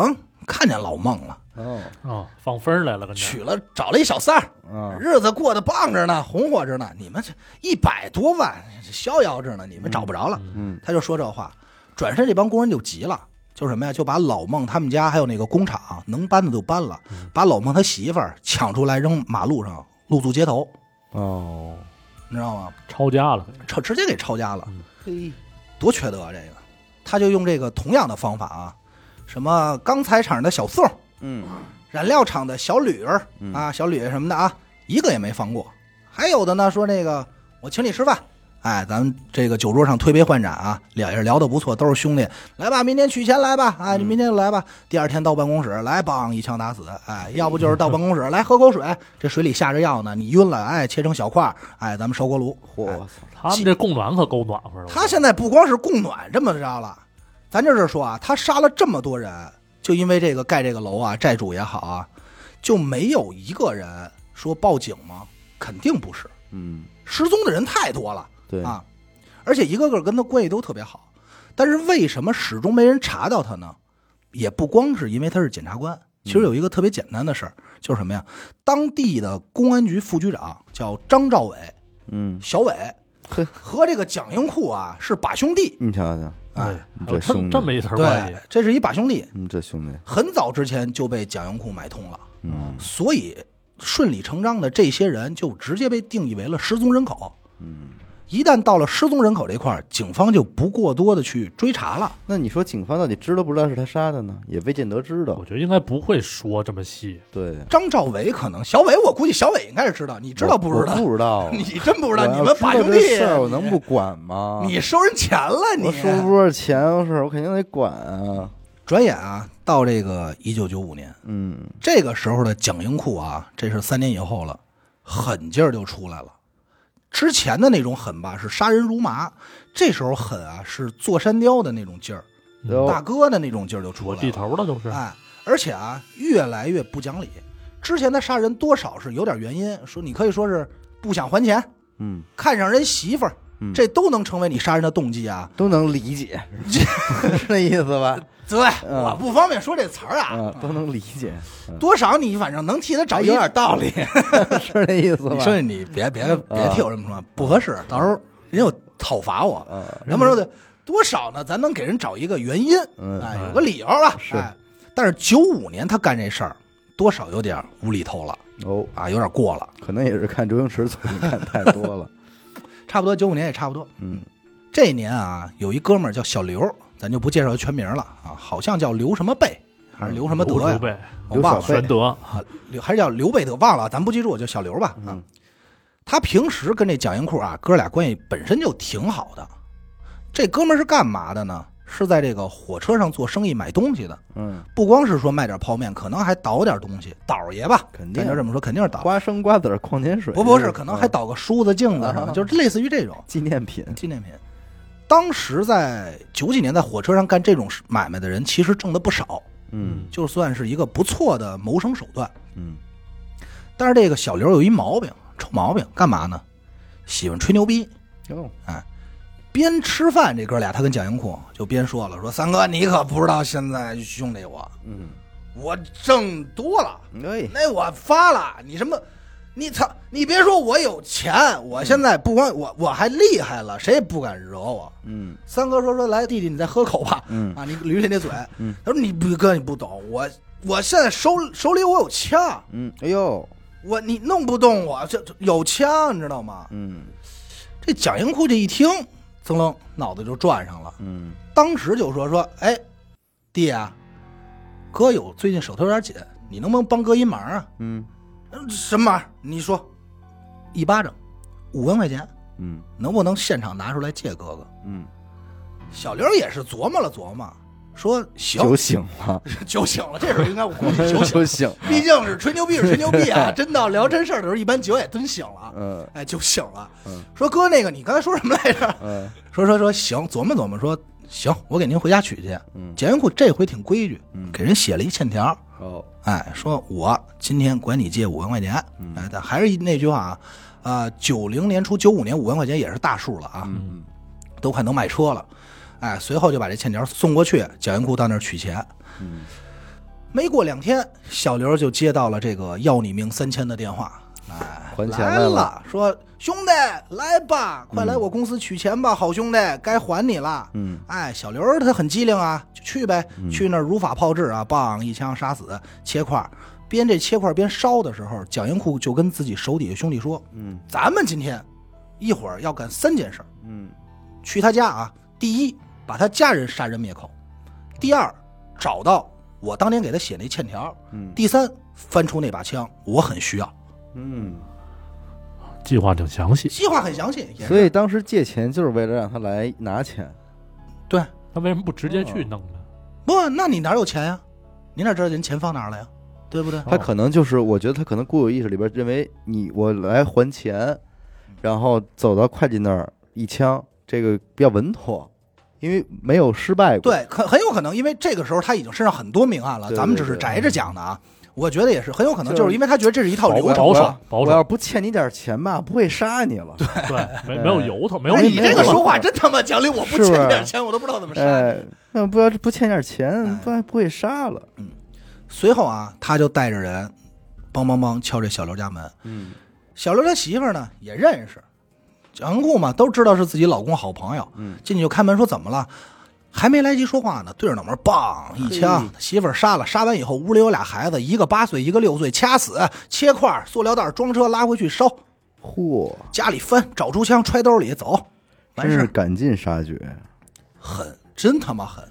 S2: 看见老孟了，
S1: 哦
S3: 啊，放风儿来了，跟这儿
S2: 娶了找了一小三儿，
S1: 啊，
S2: 日子过得棒着呢，红火着呢。你们这一百多万逍遥着呢，你们找不着了。
S3: 嗯
S1: 嗯
S2: 他就说这话，转身这帮工人就急了，就是什么呀？就把老孟他们家还有那个工厂能搬的就搬了，把老孟他媳妇儿抢出来扔马路上，露宿街头，
S3: 哦，
S2: 你知道吗？
S3: 抄家了，
S2: 抄直接给抄家了，
S1: 嘿，
S2: 多缺德啊！这个，他就用这个同样的方法啊，什么钢材厂的小宋，
S1: 嗯
S2: 染料厂的小吕儿
S1: 嗯
S2: 啊，小吕什么的啊，一个也没放过。还有的呢，说那个我请你吃饭，哎，咱们这个酒桌上推杯换盏啊，俩人聊得不错，都是兄弟，来吧，明天取钱来吧，哎，你
S1: 嗯
S2: 明天就来吧。第二天到办公室来，梆一枪打死，哎，要不就是到办 公室来喝口水，这水里下着药呢，你晕了，哎，切成小块儿，哎，咱们烧锅炉，
S1: 嚯，我操，
S3: 他们这供暖可够暖和了，
S2: 他现在不光是供暖这么着了，咱就是说啊，他杀了这么多人，就因为这个盖这个楼啊，债主也好啊，就没有一个人说报警吗？肯定不是，
S1: 嗯，
S2: 失踪的人太多了
S1: 对，
S2: 啊，而且一个个跟他关系都特别好，但是为什么始终没人查到他呢？也不光是因为他是检察官，其实有一个特别简单的事儿，就是什么呀？当地的公安局副局长叫张兆伟，
S1: 嗯
S2: 小伟，
S1: 嘿
S2: 和这个蒋英库啊是把兄弟，
S1: 你瞧瞧，
S2: 哎，
S1: 你
S3: 还
S1: 这
S3: 有这
S1: 兄
S3: 么
S1: 弟
S3: 这么一层关
S2: 对
S3: 系，，
S2: 这是一把兄弟，
S1: 你嗯这兄弟，
S2: 很早之前就被蒋英库买通了，
S1: 嗯
S2: 所以顺理成章的这些人就直接被定义为了失踪人口。
S1: 嗯。
S2: 一旦到了失踪人口这块儿，警方就不过多的去追查了。
S1: 那你说警方到底知道不知道是他杀的呢？也未见得知道
S3: 我。觉得应该不会说这么细，
S1: 对，
S2: 张兆伟可能，小伟我估计小伟应该是知道，你知道不知
S1: 我
S2: 道？
S1: 不知 道啊，
S2: 你真不知道？
S1: 我要
S2: 你们把
S1: 知道
S2: 兄
S1: 这
S2: 弟，
S1: 事儿我能不管 吗？
S2: 你收人钱 了你？
S1: 我收多少钱的事儿，我肯定得管啊。
S2: 转眼啊，到这个一九九五年，
S1: 嗯
S2: 这个时候的蒋英库啊，这是三年以后了，狠劲儿就出来了。之前的那种狠吧是杀人如麻，这时候狠啊是坐山雕的那种劲儿，
S1: 然后
S2: 大哥的那种劲儿就出
S3: 我
S2: 来
S3: 地
S2: 了。
S3: 头了都是。
S2: 哎，而且啊越来越不讲理。之前他杀人多少是有点原因，说你可以说是不想还钱，
S1: 嗯，
S2: 看上人媳妇儿
S1: 嗯，
S2: 这都能成为你杀人的动机啊。
S1: 都能理解， 是那意思 吧？
S2: 对，
S1: 嗯
S2: 我不方便说这词儿啊
S1: 啊，，都能理解，嗯
S2: 多少你反正能替他找一
S1: 道理， 是那意思吧嗯
S2: 你？说你别别别替我这么说，不合适，到时候人又讨伐我。
S1: 啊，
S2: 他们说的多少呢？咱能给人找一个原因，
S1: 嗯
S2: 哎，有个理由吧。
S1: 是
S2: 哎，但是九五年他干这事儿，多少有点无厘头了
S1: 哦，
S2: 啊，有点过了。
S1: 可能也是看周星驰作品看太多 了。
S2: 差不多九五年也差不多。
S1: 嗯
S2: 这一年啊，有一哥们儿叫小刘，咱就不介绍他全名了啊，好像叫刘什么贝，还是刘什么德呀
S3: 刘？备、
S2: 我
S1: 刘
S2: 忘
S1: 小
S2: 了，
S1: 贝
S3: 玄德，
S2: 啊刘还是叫刘贝德，忘了，咱不记住，我就小刘吧。啊，
S1: 嗯
S2: 他平时跟这蒋英库啊，哥俩关系本身就挺好的。这哥们儿是干嘛的呢？是在这个火车上做生意买东西的，
S1: 嗯，
S2: 不光是说卖点泡面，可能还倒点东西，倒爷吧，
S1: 肯定
S2: 咱就这么说，肯定是倒。
S1: 花生、瓜子儿、矿泉水，
S2: 不不是，可能还
S1: 啊
S2: 倒个梳子、镜子什么
S1: 啊
S2: 的，就是类似于这种
S1: 纪念品。
S2: 纪念品。当时在九几年在火车上干这种买卖的人，其实挣的不少，
S1: 嗯
S2: 就算是一个不错的谋生手段。
S1: 嗯，
S2: 但是这个小刘有一毛病，臭毛病，干嘛呢？喜欢吹牛逼。
S1: 哟，
S2: 边吃饭，这哥俩他跟蒋英库就边说了，说三哥你可不知道现在兄弟我
S1: 嗯，
S2: 我挣多了，
S1: 哎，
S2: 那我发了，你什么？你操！你别说我有钱，我现在不光我我还厉害了，谁也不敢惹我。
S1: 嗯
S2: 三哥说说来弟弟，你再喝口吧，
S1: 嗯
S2: 啊，你捋起那嘴。
S1: 嗯
S2: 他说你不哥你不懂，我我现在手手里我有枪，
S1: 嗯，哎呦，
S2: 我你弄不动我，这这有枪你知道吗？
S1: 嗯
S2: 这蒋英库这一听，噌楞脑子就转上了。
S1: 嗯
S2: 当时就说说，哎，弟啊，哥有最近手头有点紧，你能不能帮哥一忙啊？
S1: 嗯
S2: 嗯什么忙？你说，一巴掌，五万块钱，
S1: 嗯
S2: 能不能现场拿出来借哥哥？
S1: 嗯，
S2: 小刘也是琢磨了琢磨，说行，
S1: 酒醒 了，
S2: 酒醒了，这时候应该我估计酒醒
S1: 酒
S2: 了，
S1: 醒了，
S2: 毕竟是吹牛逼是吹牛逼啊，真到聊真事儿的时候，一般酒也真醒了，
S1: 嗯
S2: 哎，酒醒了
S1: 嗯，
S2: 说哥那个你刚才说什么来着？
S1: 嗯
S2: 说说说行，琢磨琢磨说行，我给您回家取去。
S1: 嗯
S2: 蒋云库这回挺规矩，
S1: 嗯
S2: 给人写了一欠条，
S1: 哦，
S2: 哎，说我今天管你借五万块钱，
S1: 嗯
S2: 哎，但还是那句话啊，啊，九零年初九五年五万块钱也是大数了啊，
S1: 嗯
S2: 都快能买车了，哎，随后就把这欠条送过去，蒋云库到那儿取钱。
S1: 嗯
S2: 没过两天，小刘就接到了这个要你命三千的电话，哎，
S1: 嗯还钱来
S2: 来
S1: 了
S2: 说兄弟来吧，快来我公司取钱吧，好兄弟，该还你了。
S1: 嗯
S2: 哎，小刘儿他很机灵啊，就去呗，去那儿如法炮制啊，梆一枪杀死，切块儿。边这切块儿边烧的时候，蒋英库就跟自己手底下兄弟说
S1: 嗯：“
S2: 咱们今天一会儿要干三件事儿，
S1: 嗯
S2: 去他家啊。第一，把他家人杀人灭口；第二，找到我当年给他写那欠条；
S1: 嗯
S2: 第三，翻出那把枪，我很需要。
S1: 嗯。
S3: 计划挺详细。
S2: 计划很详细，也是
S1: 所以当时借钱就是为了让他来拿钱，
S2: 对。
S3: 他为什么不直接去弄呢？
S2: 不，那你哪有钱呀、你哪知道人钱放哪儿了呀？对不对？
S1: 他可能就是我觉得他可能固有意识里边认为你我来还钱，然后走到会计那儿一枪，这个比较稳妥，因为没有失败过。
S2: 对，很很有可能，因为这个时候他已经身上很多明暗了，
S1: 对
S2: 咱们
S1: 对
S2: 只是
S1: 对
S2: 宅着讲的啊。我觉得也是很有可能，
S1: 就是
S2: 就是因为他觉得这是一套流
S1: 我
S2: 程。
S3: 保守保
S1: 我
S3: 守
S1: 要不欠你点钱吧，不会杀你了。对，
S3: 对，没
S1: 哎
S3: 没有由头，没有
S2: 哎，
S1: 哎
S2: 你这个
S1: 没有
S2: 说话真他妈讲理！我
S1: 是
S2: 不
S1: 不
S2: 欠
S1: 是
S2: 点钱，我都不知道怎么杀你。
S1: 哎，那不要不欠点钱，
S2: 哎
S1: 不然不会杀了。
S2: 随后啊，他就带着人，梆梆梆敲这小刘家门。
S1: 嗯
S2: 小刘他媳妇儿呢也认识，纨绔嘛，都知道是自己老公好朋友，
S1: 嗯，
S2: 进去就开门说怎么了，还没来及说话呢，对着脑门儿梆一枪
S1: 嘿，
S2: 媳妇儿杀了，杀完以后屋里有俩孩子，一个八岁，一个六岁，掐死，切块儿，塑料袋儿装车拉回去烧，
S1: 嚯，
S2: 家里翻，找出枪揣兜里走，完
S1: 真
S2: 事
S1: 是
S2: 儿
S1: 赶尽杀绝，
S2: 狠，真他妈狠，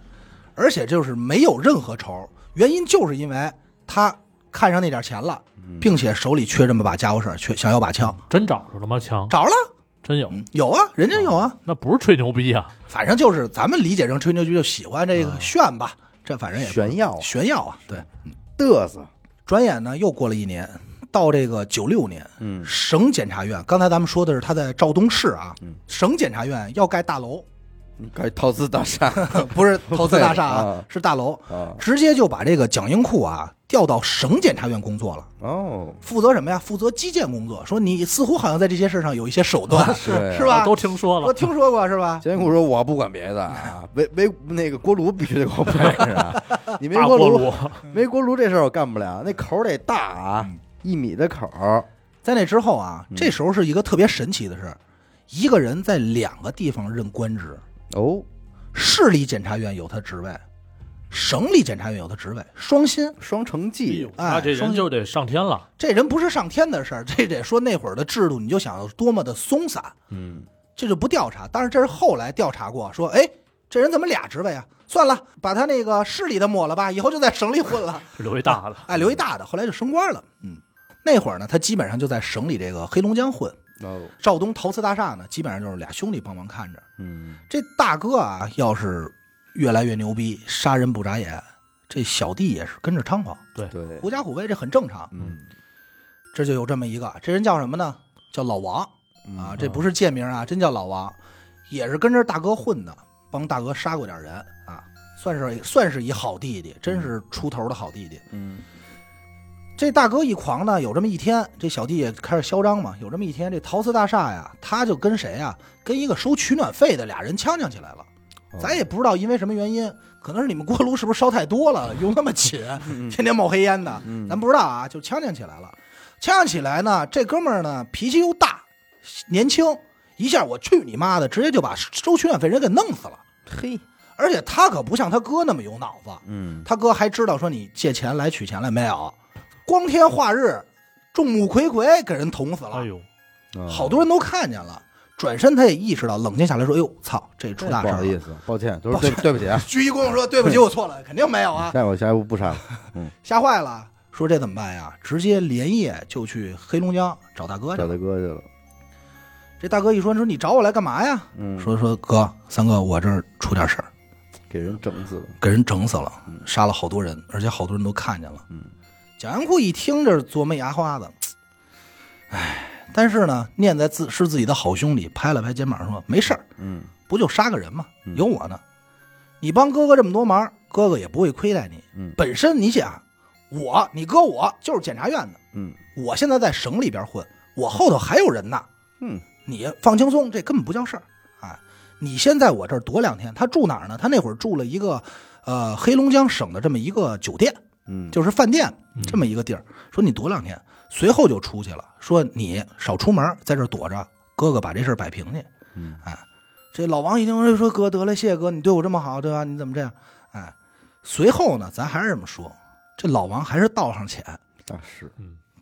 S2: 而且就是没有任何仇，原因就是因为他看上那点钱了，
S1: 嗯
S2: 并且手里缺这么把家伙事儿，缺想要把枪，
S3: 真找着了吗？枪
S2: 找着了，
S3: 真有，
S2: 有啊，人家有
S1: 哦
S2: 啊，
S3: 那不是吹牛逼啊！
S2: 反正就是咱们理解成吹牛逼就喜欢这个炫吧，这反正也不
S1: 嗯炫耀啊
S2: 炫耀啊，对。
S1: 嘚瑟，
S2: 转眼呢又过了一年，到这个九六年，
S1: 嗯，
S2: 省检察院，刚才咱们说的是他在肇东市啊，
S1: 嗯
S2: 省检察院要盖大楼，
S1: 该投资大厦
S2: 不是投资大厦
S1: 对
S2: 啊
S1: 啊，
S2: 是大楼，
S1: 啊，
S2: 直接就把这个蒋英库啊调到省检察院工作了。
S1: 哦，
S2: 负责什么呀？负责基建工作。说你似乎好像在这些事上有一些手 段，
S1: 对
S2: 是吧？
S3: 我啊哦都听说
S2: 啊我
S3: 了，嗯
S2: 听说过，是吧？
S1: 蒋库说：“我不管别的 啊，围围那个锅炉必须得给我配上啊！你没
S3: 大
S1: 锅
S3: 锅
S1: 炉，
S3: 炉，
S1: 没锅炉这事儿我干不了，那口儿得大啊，
S2: 嗯
S1: 一米的口儿，
S2: 在那之后啊，这时候是一个特别神奇的事儿，一个人在两个地方任官职，
S1: 哦，
S2: 市里检察院有他职位，省里检察院有他职位，双薪。
S1: 双城
S3: 哎
S1: 记
S3: 呦，那这人就得上天了。
S2: 这人不是上天的事儿，这得说那会儿的制度，你就想多么的松散，
S1: 嗯，
S2: 这就不调查。但是这是后来调查过，说哎，这人怎么俩职位啊？算了，把他那个市里的抹了吧，以后就在省里混了。
S3: 留一大的，
S2: 哎，留一大的，后来就升官了。嗯，那会儿呢，他基本上就在省里这个黑龙江混。
S1: 哦，
S2: 肇东陶瓷大厦呢，基本上就是俩兄弟帮忙看着。
S1: 嗯，
S2: 这大哥啊，要是越来越牛逼，杀人不眨眼，这小弟也是跟着猖狂，
S1: 对，
S2: 狐假虎威，这很正常。
S1: 嗯
S2: 这就有这么一个，这人叫什么呢？叫老王
S1: 嗯
S2: 啊，这不是贱名啊，真叫老王，也是跟着大哥混的，帮大哥杀过点人啊，算是算是一好弟弟，真是出头的好弟弟。
S1: 嗯，
S2: 啊这大哥一狂呢，有这么一天，这小弟也开始嚣张嘛。有这么一天，这陶瓷大厦呀，他就跟谁呀，跟一个收取暖费的俩人呛呛起来了。
S1: 哦
S2: 咱也不知道因为什么原因，可能是你们锅炉是不是烧太多了，用那么紧，
S1: 嗯
S2: 天天冒黑烟的，咱不知道啊，就呛呛起来了。呛呛起来呢，这哥们儿呢脾气又大，年轻，一下我去你妈的，直接就把收取暖费人给弄死了。
S1: 嘿，
S2: 而且他可不像他哥那么有脑子，
S1: 嗯，
S2: 他哥还知道说你借钱来取钱来没有？光天化日，众目睽睽给人捅死了，
S3: 哎呦，
S1: 啊
S2: 好多人都看见了。转身他也意识到，冷静下来说：“哎呦，操，这出大
S1: 哎不
S2: 事
S1: 好
S2: 儿
S1: 意
S2: 了。
S1: 思，抱歉，都
S2: 抱
S1: 是
S2: 歉
S1: 对对不 起啊，”
S2: 鞠一躬说：“对不起，我错了，肯定没有啊，
S1: 下一步下一步不杀了，
S2: 吓坏了。”说这怎么办呀？直接连夜就去黑龙江找大哥去
S1: 找
S2: 了。
S1: 大哥去了，
S2: 这大哥一说，说你找我来干嘛呀？
S1: 嗯，
S2: 说说哥，三哥，我这儿出点事儿，
S1: 给人整死了，
S2: 给人整死了，杀了好多人，而且好多人都看见了。
S1: 嗯，
S2: 蒋元库一听这琢磨牙花子，哎，但是呢，念在自是自己的好兄弟，拍了拍肩膀说：“没事儿，
S1: 嗯，
S2: 不就杀个人吗？
S1: 嗯
S2: 有我呢。你帮哥哥这么多忙，哥哥也不会亏待你。
S1: 嗯
S2: 本身你想，我你哥我就是检察院的，
S1: 嗯
S2: 我现在在省里边混，我后头还有人呢。
S1: 嗯，
S2: 你放轻松，这根本不叫事儿。哎，你先在我这儿躲两天。他住哪儿呢？他那会儿住了一个，呃，黑龙江省的这么一个酒店，
S1: 嗯，
S2: 就是饭店这么一个地儿。说你躲两天，随后就出去了。说你少出门，在这儿躲着，哥哥把这事儿摆平去。
S1: 嗯，
S2: 哎，这老王一听说哥得了，谢哥，你对我这么好，对吧？你怎么这样？哎，随后呢，咱还是这么说，这老王还是道上浅，
S1: 那是，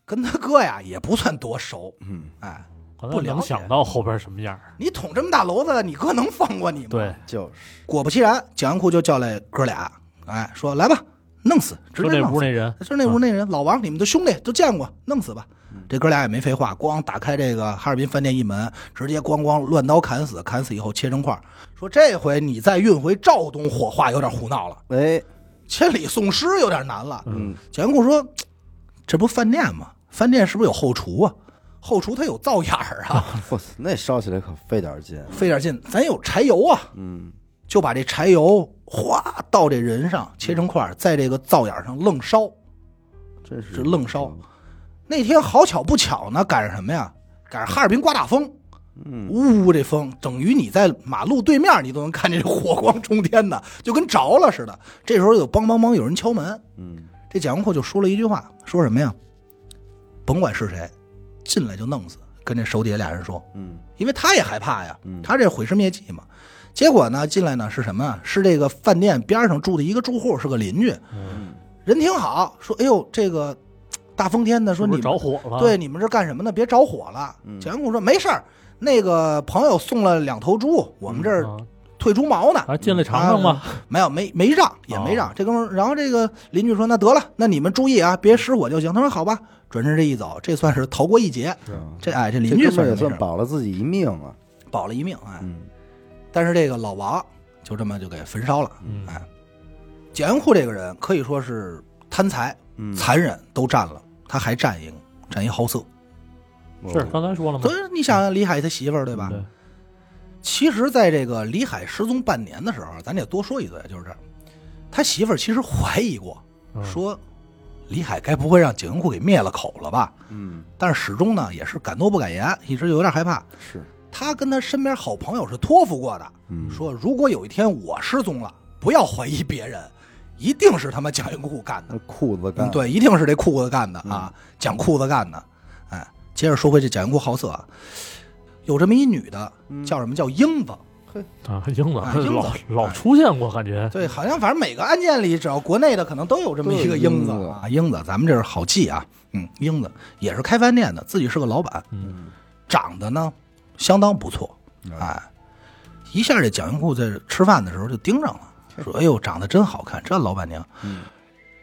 S2: 跟他哥呀也不算多熟。
S1: 嗯，
S2: 哎，
S3: 可
S2: 不
S3: 能
S2: 了
S3: 能
S2: 解
S3: 想到后边什么样儿。
S2: 你捅这么大娄子，你哥能放过你吗？
S3: 对，，
S1: 就是，
S2: 果不其然，蒋元库就叫来哥俩，哎，说来吧，弄死，直
S3: 就
S2: 接
S3: 那
S2: 弄
S3: 屋
S2: 死。
S3: 那人，
S2: 就是那屋那人，老王，你们的兄弟都见过，弄死吧。这哥俩也没废话，咣打开这个哈尔滨饭店一门，直接咣咣乱刀砍死，砍死以后切成块儿。说这回你再运回肇东火化有点胡闹了，
S1: 哎，
S2: 千里送尸有点难了。
S1: 嗯，
S2: 蒋元库说：“这不饭店吗？饭店是不是有后厨啊？后厨它有灶眼儿 啊，
S1: 哇塞，那烧起来可费点劲，啊
S2: 费点劲，咱有柴油啊。”
S1: 嗯，
S2: 就把这柴油哗倒这人上，切成块儿，在这个灶眼上愣烧。
S1: 真是
S2: 这愣烧，那天好巧不巧呢，赶上什么呀？赶上哈尔滨刮大风，
S1: 嗯
S2: 呜呜这风，等于你在马路对面，你都能看见这火光冲天的， 就跟着了似的。这时候有梆梆梆有人敲门，
S1: 嗯，
S2: 这蒋文阔就说了一句话，说什么呀？甭管是谁，进来就弄死，跟这手底下俩人说，
S1: 嗯
S2: 因为他也害怕呀
S1: 嗯，
S2: 他这毁尸灭迹嘛。结果呢，进来呢是什么啊？是这个饭店边上住的一个住户，是个邻居，
S3: 嗯
S1: 嗯
S2: 人挺好，说哎呦这个大风天的，
S3: 是
S2: 说你
S3: 不是着火了？
S2: 对，你们这干什么呢？别着火了。
S1: 嗯
S2: 蒋公说没事儿，那个朋友送了两头猪，我们这儿
S3: 啊，
S2: 退猪毛呢，
S3: 啊，进来尝尝吧。
S2: 没有没没让也没让。这哥们儿，然后这个邻居说那得了，那你们注意啊，别失火就行。他说好吧，转身这一走，这算是逃过一劫。
S1: 嗯，
S2: 这哎，这
S1: 这
S2: 邻居
S1: 哥
S2: 算
S1: 们儿也
S2: 是没事
S1: 算
S2: 儿
S1: 保了自己一命啊。
S2: 保了一命哎。
S1: 嗯
S2: 但是这个老王就这么就给焚烧了。
S3: 嗯
S2: 哎，蒋元库这个人可以说是贪财、
S1: 嗯，
S2: 残忍都占了，他还占一个占一好色。
S3: 是刚才说了吗
S2: 所？以你想想李海他媳妇儿对吧？
S3: 嗯对，
S2: 其实，在这个李海失踪半年的时候，咱得多说一嘴，就是这儿，他媳妇儿其实怀疑过，
S3: 嗯
S2: 说李海该不会让景云库给灭了口了吧？
S1: 嗯
S2: 但是始终呢，也是敢怒不敢言，一直有点害怕。
S1: 是
S2: 他跟他身边好朋友是托付过的，
S1: 嗯
S2: 说如果有一天我失踪了，不要怀疑别人，一定是他妈蒋云库干的
S1: 那，裤子
S2: 嗯
S1: 干
S2: 对，一定是这裤子干的啊，蒋裤子干的。哎，接着说回这蒋云库好色啊，有这么一女的
S1: 嗯
S2: 叫什么叫英子，
S3: 啊，英子
S2: 啊英子
S3: 老
S2: 哎
S3: 老出现过，感觉
S2: 对，好像反正每个案件里，只要国内的，可能都有这么一个英子
S1: 对
S2: 啊，英子，咱们这是好记啊，嗯，英子也是开饭店的，自己是个老板，
S3: 嗯，
S2: 长得呢相当不错，哎，一下这蒋云库在吃饭的时候就盯上了，说：“哎呦，长得真好看，这老板娘。”
S1: 嗯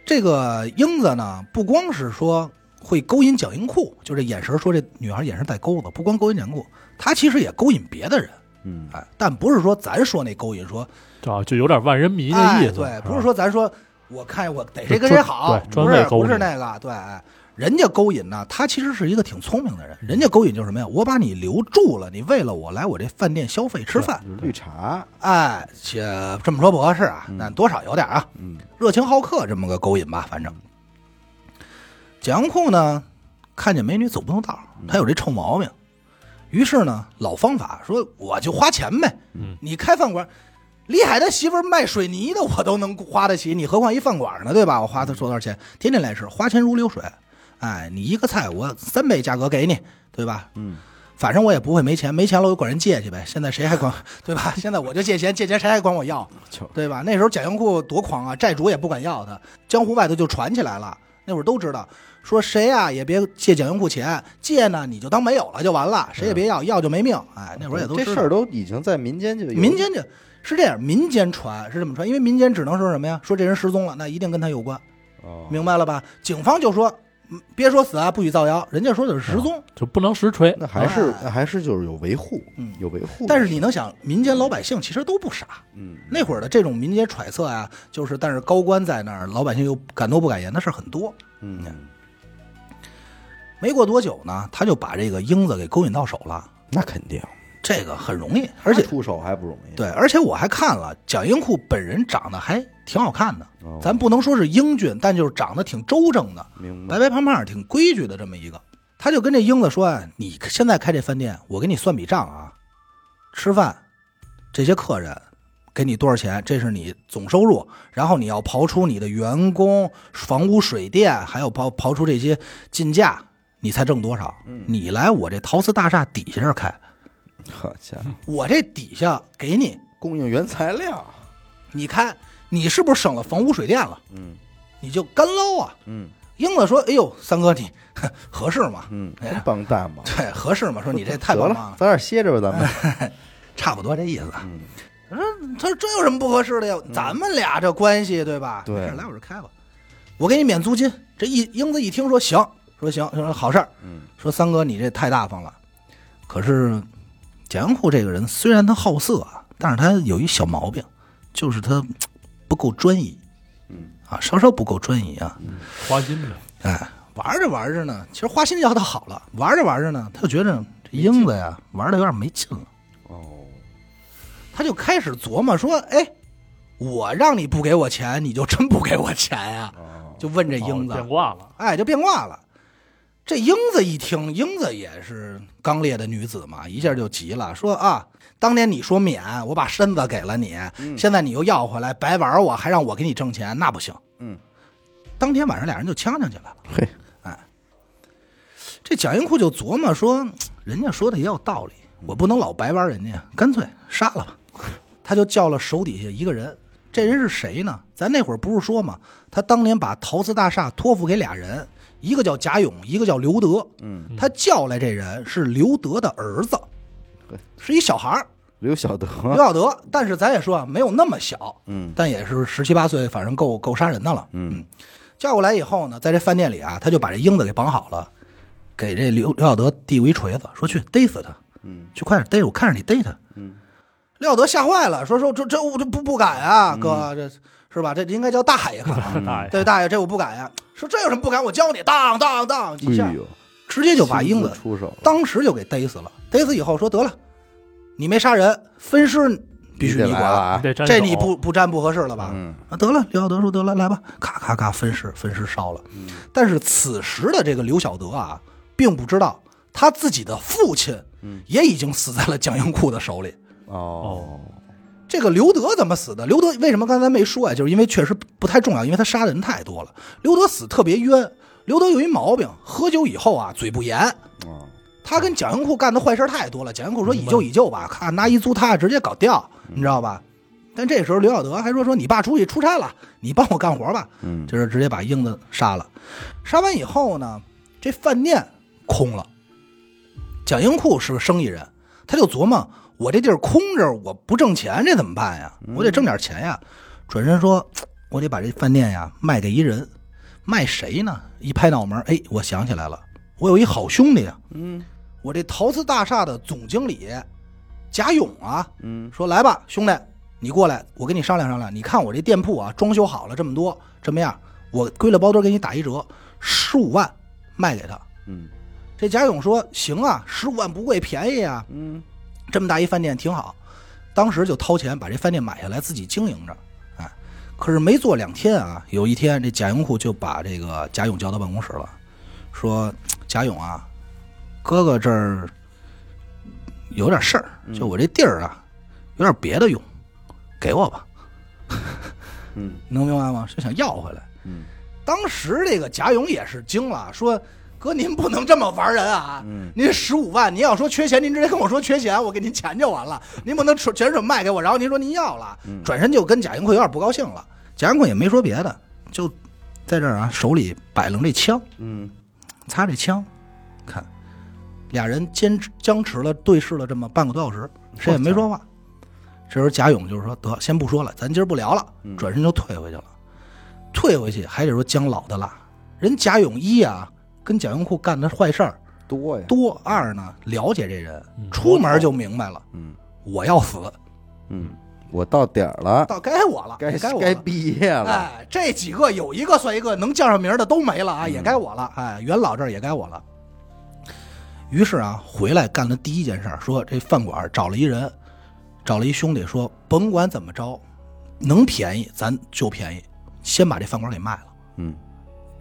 S2: 这个英子呢，不光是说会勾引蒋云库，就这眼神说这女孩眼神带钩子，不光勾引蒋云库，她其实也勾引别的人，
S1: 嗯
S2: 哎，但不是说咱说那勾引说
S3: 啊，就有点万人迷的
S2: 哎
S3: 意思。
S2: 对，
S3: 吧
S2: 不是说咱说我看我逮谁
S3: 就
S2: 跟谁
S3: 专
S2: 好，
S3: 对
S2: 不
S3: 专为
S2: 是
S3: 勾
S2: 不是
S3: 引
S2: 那个，对，哎人家勾引呢，他其实是一个挺聪明的人，人家勾引就是什么呀？我把你留住了，你为了我来我这饭店消费吃饭，
S1: 有绿茶，
S2: 哎，且这么说不合适
S3: 嗯
S2: 啊，那多少有点啊，
S1: 嗯
S2: 热情好客这么个勾引吧，反正。蒋库呢，看见美女走不动道儿，
S3: 嗯
S2: 他有这臭毛病，于是呢，老方法说我就花钱呗，
S3: 嗯
S2: 你开饭馆，李海他媳妇儿卖水泥的我都能花得起，你何况一饭馆呢，对吧？我花他多少钱，天天来吃，花钱如流水。哎，你一个菜我三倍价格给你，对吧？
S1: 嗯，
S2: 反正我也不会没钱，没钱了我就管人借去呗。现在谁还管对吧？现在我就借钱，借钱谁还管我要
S1: 就，
S2: 对吧？那时候蒋英库多狂啊，债主也不管要他，江湖外头就传起来了。那会儿都知道，说谁啊也别借蒋英库钱，借呢你就当没有了就完了，谁也别要，要就没命。哎，那会儿也都
S1: 嗯这
S2: 知
S1: 事
S2: 道
S1: 儿都已经在民间就有
S2: 民间就是这样，民间传是这么传，因为民间只能说什么呀？说这人失踪了，那一定跟他有关，
S1: 哦
S2: 明白了吧？警方就说，嗯别说死啊，不许造谣，人家说的是失
S1: 哦
S2: 踪。
S3: 就不能实锤。啊
S1: 那还是
S2: 哎
S1: 那还是就是有维护，
S2: 嗯
S1: 有维护的事儿。
S2: 但是你能想，民间老百姓其实都不傻，
S1: 嗯，
S2: 那会儿的这种民间揣测啊，就是但是高官在那儿，老百姓又敢怒不敢言的事儿很多。
S1: 嗯，
S2: 没过多久呢，他就把这个英子给勾引到手了，
S1: 那肯定，
S2: 这个很容易，而且
S1: 他出手哦还不容易。
S2: 对，而且我还看了蒋英库本人长得还挺好看的，
S1: 哦，
S2: 咱不能说是英俊，但就是长得挺周正的，
S1: 明白
S2: 白白胖胖、挺规矩的这么一个。他就跟这英子说：“啊，你现在开这饭店，我给你算笔账啊，吃饭这些客人给你多少钱，这是你总收入，然后你要刨出你的员工、房屋、水电，还有刨刨出这些进价，你才挣多少。
S1: 嗯
S2: 你来我这陶瓷大厦底下这儿开，
S1: 好家伙，
S2: 我这底下给你，
S1: 供应原材料，
S2: 你看你是不是省了房屋水电了？
S1: 嗯
S2: 你就干捞啊。”
S1: 嗯
S2: 英子说：“哎呦，三哥你 呵合适吗？
S1: 嗯，
S2: 哎呀
S1: 真帮大忙。
S2: 对，合适吗？说你这太
S1: 得
S2: 棒
S1: 了，
S2: 了，哎
S1: 早点歇着吧，咱们。
S2: 差不多这意思。
S1: 嗯
S2: 他说这有什么不合适的呀？咱们俩这关系对吧？
S1: 对
S2: 没事来我这开吧，我给你免租金。这一英子一听说行，说行，说好事儿，
S1: 嗯
S2: 说三哥你这太大方了。可是蒋元库这个人虽然他好色啊，但是他有一小毛病，就是他不够专一
S1: 嗯
S2: 啊，稍稍不够专一啊。
S3: 花心的，
S2: 哎，玩着玩着呢，其实花心教倒好了，玩着玩着呢，他就觉着这英子呀玩的有点没劲了。
S1: 哦，
S2: 他就开始琢磨说：“哎，我让你不给我钱，你就真不给我钱呀、
S1: 哦
S2: 就问这英
S3: 哦
S2: 子
S3: 变，卦了，
S2: 哎，就变卦了。这英子一听，英子也是刚烈的女子嘛，一下就急了，说啊，当年你说免，我把身子给了你，
S1: 嗯
S2: 现在你又要回来，白玩我，还让我给你挣钱，那不行。
S1: 嗯，
S2: 当天晚上俩人就呛呛起来了。
S1: 嘿，
S2: 这这蒋英库就琢磨说，人家说的也有道理，我不能老白玩人家，干脆杀了吧。他就叫了手底下一个人，这人是谁呢？咱那会儿不是说嘛，他当年把陶瓷大厦托付给俩人，一个叫贾勇，一个叫刘德。
S1: 嗯，
S2: 他叫来这人是刘德的儿子
S1: 对，
S2: 是一小孩儿，
S1: 刘小德，
S2: 刘小德。但是咱也说啊，没有那么小，
S1: 嗯
S2: 但也是十七八岁，反正够够杀人的了。
S1: 嗯
S2: 叫过来以后呢，在这饭店里啊，他就把这英子给绑好了，给这刘刘小德递过一锤子，说去逮死他，
S1: 嗯
S2: 去快点逮着我，看着你逮他。
S1: 嗯，
S2: 刘小德吓坏了，说说这这我这不不敢
S1: 嗯
S2: 啊，哥，这是吧？这应该叫大 爷吧？
S3: 大爷，
S2: 嗯对，大爷，这我不敢呀、说这有什么不敢？我教你，当当当几下
S1: 哎，呦，
S2: 直接就把英
S1: 亲
S2: 子
S1: 自出手了，
S2: 当时就给逮死了。逮死以后说得了，你没杀人，分尸必须
S1: 你得
S2: 你
S1: 来了
S2: 管，
S1: 啊，
S3: 得沾
S2: 这
S3: 手
S2: 你不不沾不合适了吧？
S1: 嗯
S2: 啊，得了，刘小德说得了，来吧，咔咔咔，分尸，分尸烧了。但是此时的这个刘小德啊，并不知道他自己的父亲，也已经死在了蒋英库的手里。
S1: 哦，
S2: 这个刘德怎么死的？刘德为什么刚才没说呀、就是因为确实不太重要，因为他杀的人太多了。刘德死特别冤，刘德有一毛病，喝酒以后啊嘴不严。
S1: 哦
S2: 他跟蒋英库干的坏事太多了，蒋英库说以旧以旧吧，咔拿一租他直接搞掉，你知道吧？但这时候刘小德还说说你爸出去出差了，你帮我干活吧，
S1: 嗯
S2: 就是直接把英子杀了。杀完以后呢，这饭店空了。蒋英库是个生意人，他就琢磨我这地儿空着，我不挣钱，这怎么办呀？
S1: 嗯
S2: 我得挣点钱呀。转身说，我得把这饭店呀卖给一人，卖谁呢？一拍脑门，哎，我想起来了，我有一好兄弟啊，
S1: 嗯
S2: 我这陶瓷大厦的总经理贾勇啊，
S1: 嗯
S2: 说来吧，兄弟，你过来，我跟你商量商量。你看我这店铺啊，装修好了这么多，这么样，我归了包堆给你打一折，十五万卖给他。
S1: 嗯
S2: 这贾勇说行啊，十五万不贵，便宜啊，
S1: 嗯
S2: 这么大一饭店挺好。当时就掏钱把这饭店买下来，自己经营着。哎，可是没做两天啊，有一天这贾永库就把这个贾勇叫到办公室了，说：“贾勇啊，哥哥这儿有点事儿，
S1: 嗯
S2: 就我这地儿啊，有点别的用，给我吧，
S1: 嗯
S2: 能明白吗？就想要回来。”
S1: 嗯
S2: 当时这个贾勇也是惊了，说：“哥，您不能这么玩人啊！
S1: 嗯
S2: 您十五万，您要说缺钱，您直接跟我说缺钱，我给您钱就完了。您不能全全手卖给我，然后您说您要了，
S1: 嗯
S2: 转身就跟贾云坤有点不高兴了。贾云坤也没说别的，就在这儿啊，手里摆弄这枪，
S1: 嗯
S2: 擦这枪，看，俩人坚持僵持了，对视了这么半个多小时，谁也没说话。这时候贾勇就是说：“得，先不说了，咱今儿不聊了。”转身就退回去了。退回去还得说姜老的辣，人贾勇一啊，跟蒋英库干的坏事儿
S1: 多呀，
S2: 多；二呢，了解这人，
S3: 嗯
S2: 出门就明白了，
S1: 嗯
S2: 我要死，
S1: 嗯，我到点儿了，
S2: 到该我了，
S1: 该
S2: 该我
S1: 该
S2: 了。
S1: 毕业了，
S2: 哎，这几个有一个算一个，能叫上名儿的都没了啊，
S1: 嗯
S2: 也该我了。哎，元老这儿也该我了。于是啊，回来干了第一件事儿，说这饭馆找了一人，找了一兄弟，说甭管怎么着，能便宜咱就便宜，先把这饭馆给卖了。
S1: 嗯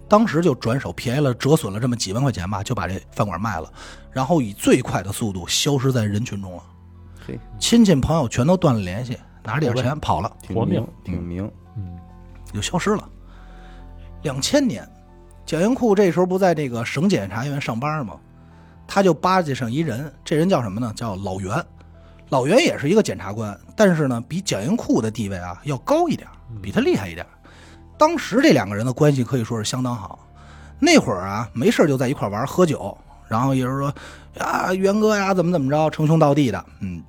S2: 当时就转手便宜了，折损了这么几万块钱吧，就把这饭馆卖了，然后以最快的速度消失在人群中了。
S1: 嘿，
S2: 亲戚朋友全都断了联系，拿着点钱跑了。
S1: 挺
S3: 活命
S1: 明挺明，
S3: 嗯，
S2: 就消失了。两千年，蒋英库这时候不在这个省检察院上班吗？他就巴结上一人，这人叫什么呢？叫老袁。老袁也是一个检察官，但是呢，比蒋英库的地位啊要高一点，比他厉害一点。当时这两个人的关系可以说是相当好。那会儿啊，没事就在一块玩喝酒，然后也是说啊，袁哥呀，怎么怎么着，称兄道弟的，嗯。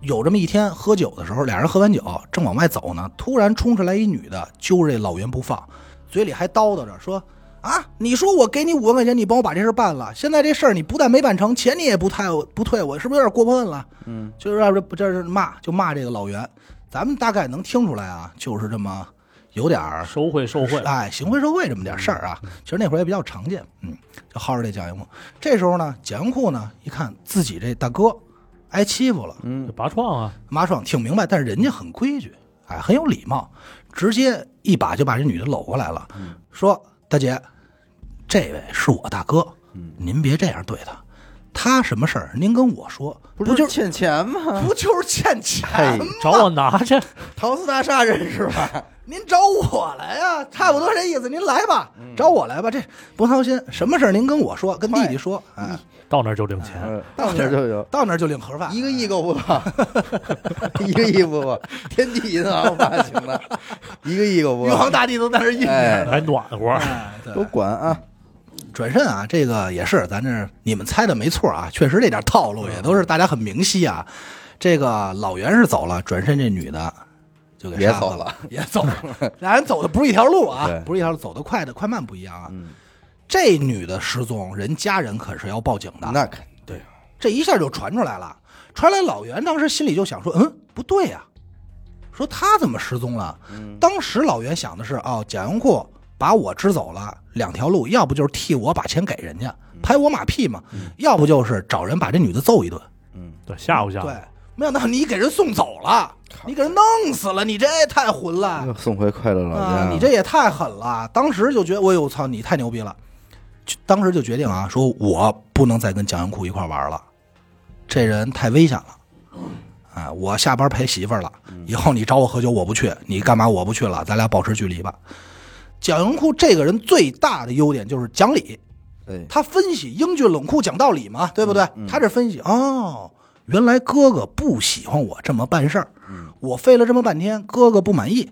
S2: 有这么一天，喝酒的时候，俩人喝完酒正往外走呢，突然冲出来一女的，揪着这老袁不放，嘴里还叨叨着说：“啊，你说我给你五万块钱，你帮我把这事儿办了，现在这事儿你不但没办成，钱你也不退不退我，是不是有点过分了？”
S1: 嗯，
S2: 就是让这这是骂，就骂这个老袁。咱们大概能听出来啊，就是这么有点儿
S3: 收贿受贿，
S2: 哎，行贿受贿这么点事儿啊，其实那会儿也比较常见，嗯，就薅着这蒋英库。这时候呢，蒋英库呢一看自己这大哥挨欺负了，
S3: 就拔创啊，
S2: 马爽挺明白，但是人家很规矩，哎，很有礼貌，直接一把就把这女的搂过来了，说：“大姐，这位是我大哥，您别这样对他，他什么事儿？您跟我说，
S1: 不
S2: 就是
S1: 欠钱吗？
S2: 不就是欠钱
S1: 嘿
S2: 吗？
S3: 找我拿去，
S1: 陶瓷大厦认识 吧？
S2: 您找我来呀、差不多这意思。您来吧，
S1: 嗯
S2: 找我来吧，这不操心。什么事儿您跟我说，跟弟弟说，哎，
S3: 到那儿就领钱。
S1: 嗯，到那儿就有
S2: 到那儿就领盒饭。
S1: 一个亿够不够？ 一个亿不够， 天地银行发行的， 一个亿够不
S2: 玉皇
S1: 够？
S2: 大帝都在这儿印着
S1: 哎
S2: 呢。
S3: 还暖和，
S2: 哎对
S1: 都管啊！
S2: 转身啊，这个也是，咱这你们猜的没错啊，确实这点套路也
S1: 嗯
S2: 都是大家很明晰啊。这个老袁是走了，转身这女的就给
S1: 也
S2: 杀死
S1: 走了，
S2: 也走了，俩人走的不是一条路啊
S1: 对，
S2: 不是一条路，走的快的快慢不一样啊。
S1: 嗯
S2: 这女的失踪，人家人可是要报警的，
S1: 那肯对，
S2: 这一下就传出来了。传来老袁当时心里就想说，嗯，不对呀、说他怎么失踪了？当时老袁想的是，哦，贾云库把我支走了，两条路，要不就是替我把钱给人家，拍我马屁嘛；要不就是找人把这女的揍一顿。
S1: 嗯，
S3: 对，吓唬吓
S2: 对
S3: 唬。，
S2: 没想到你给人送走了，你给人弄死了，你这也太混了
S1: 又送回快乐老
S2: 啊！
S1: 家。
S2: 你这也太狠了。当时就觉得，我哎呦我操，你太牛逼了！就当时就决定啊，说我不能再跟蒋云库一块玩了，这人太危险了。哎，我下班陪媳妇儿了，以后你找我喝酒我不去，你干嘛我不去了，咱俩保持距离吧。蒋云库这个人最大的优点就是讲理，
S1: 哎，
S2: 他分析英俊冷酷讲道理嘛，对不对？
S1: 嗯嗯
S2: 他这分析哦，原来哥哥不喜欢我这么办事儿，我费了这么半天，哥哥不满意，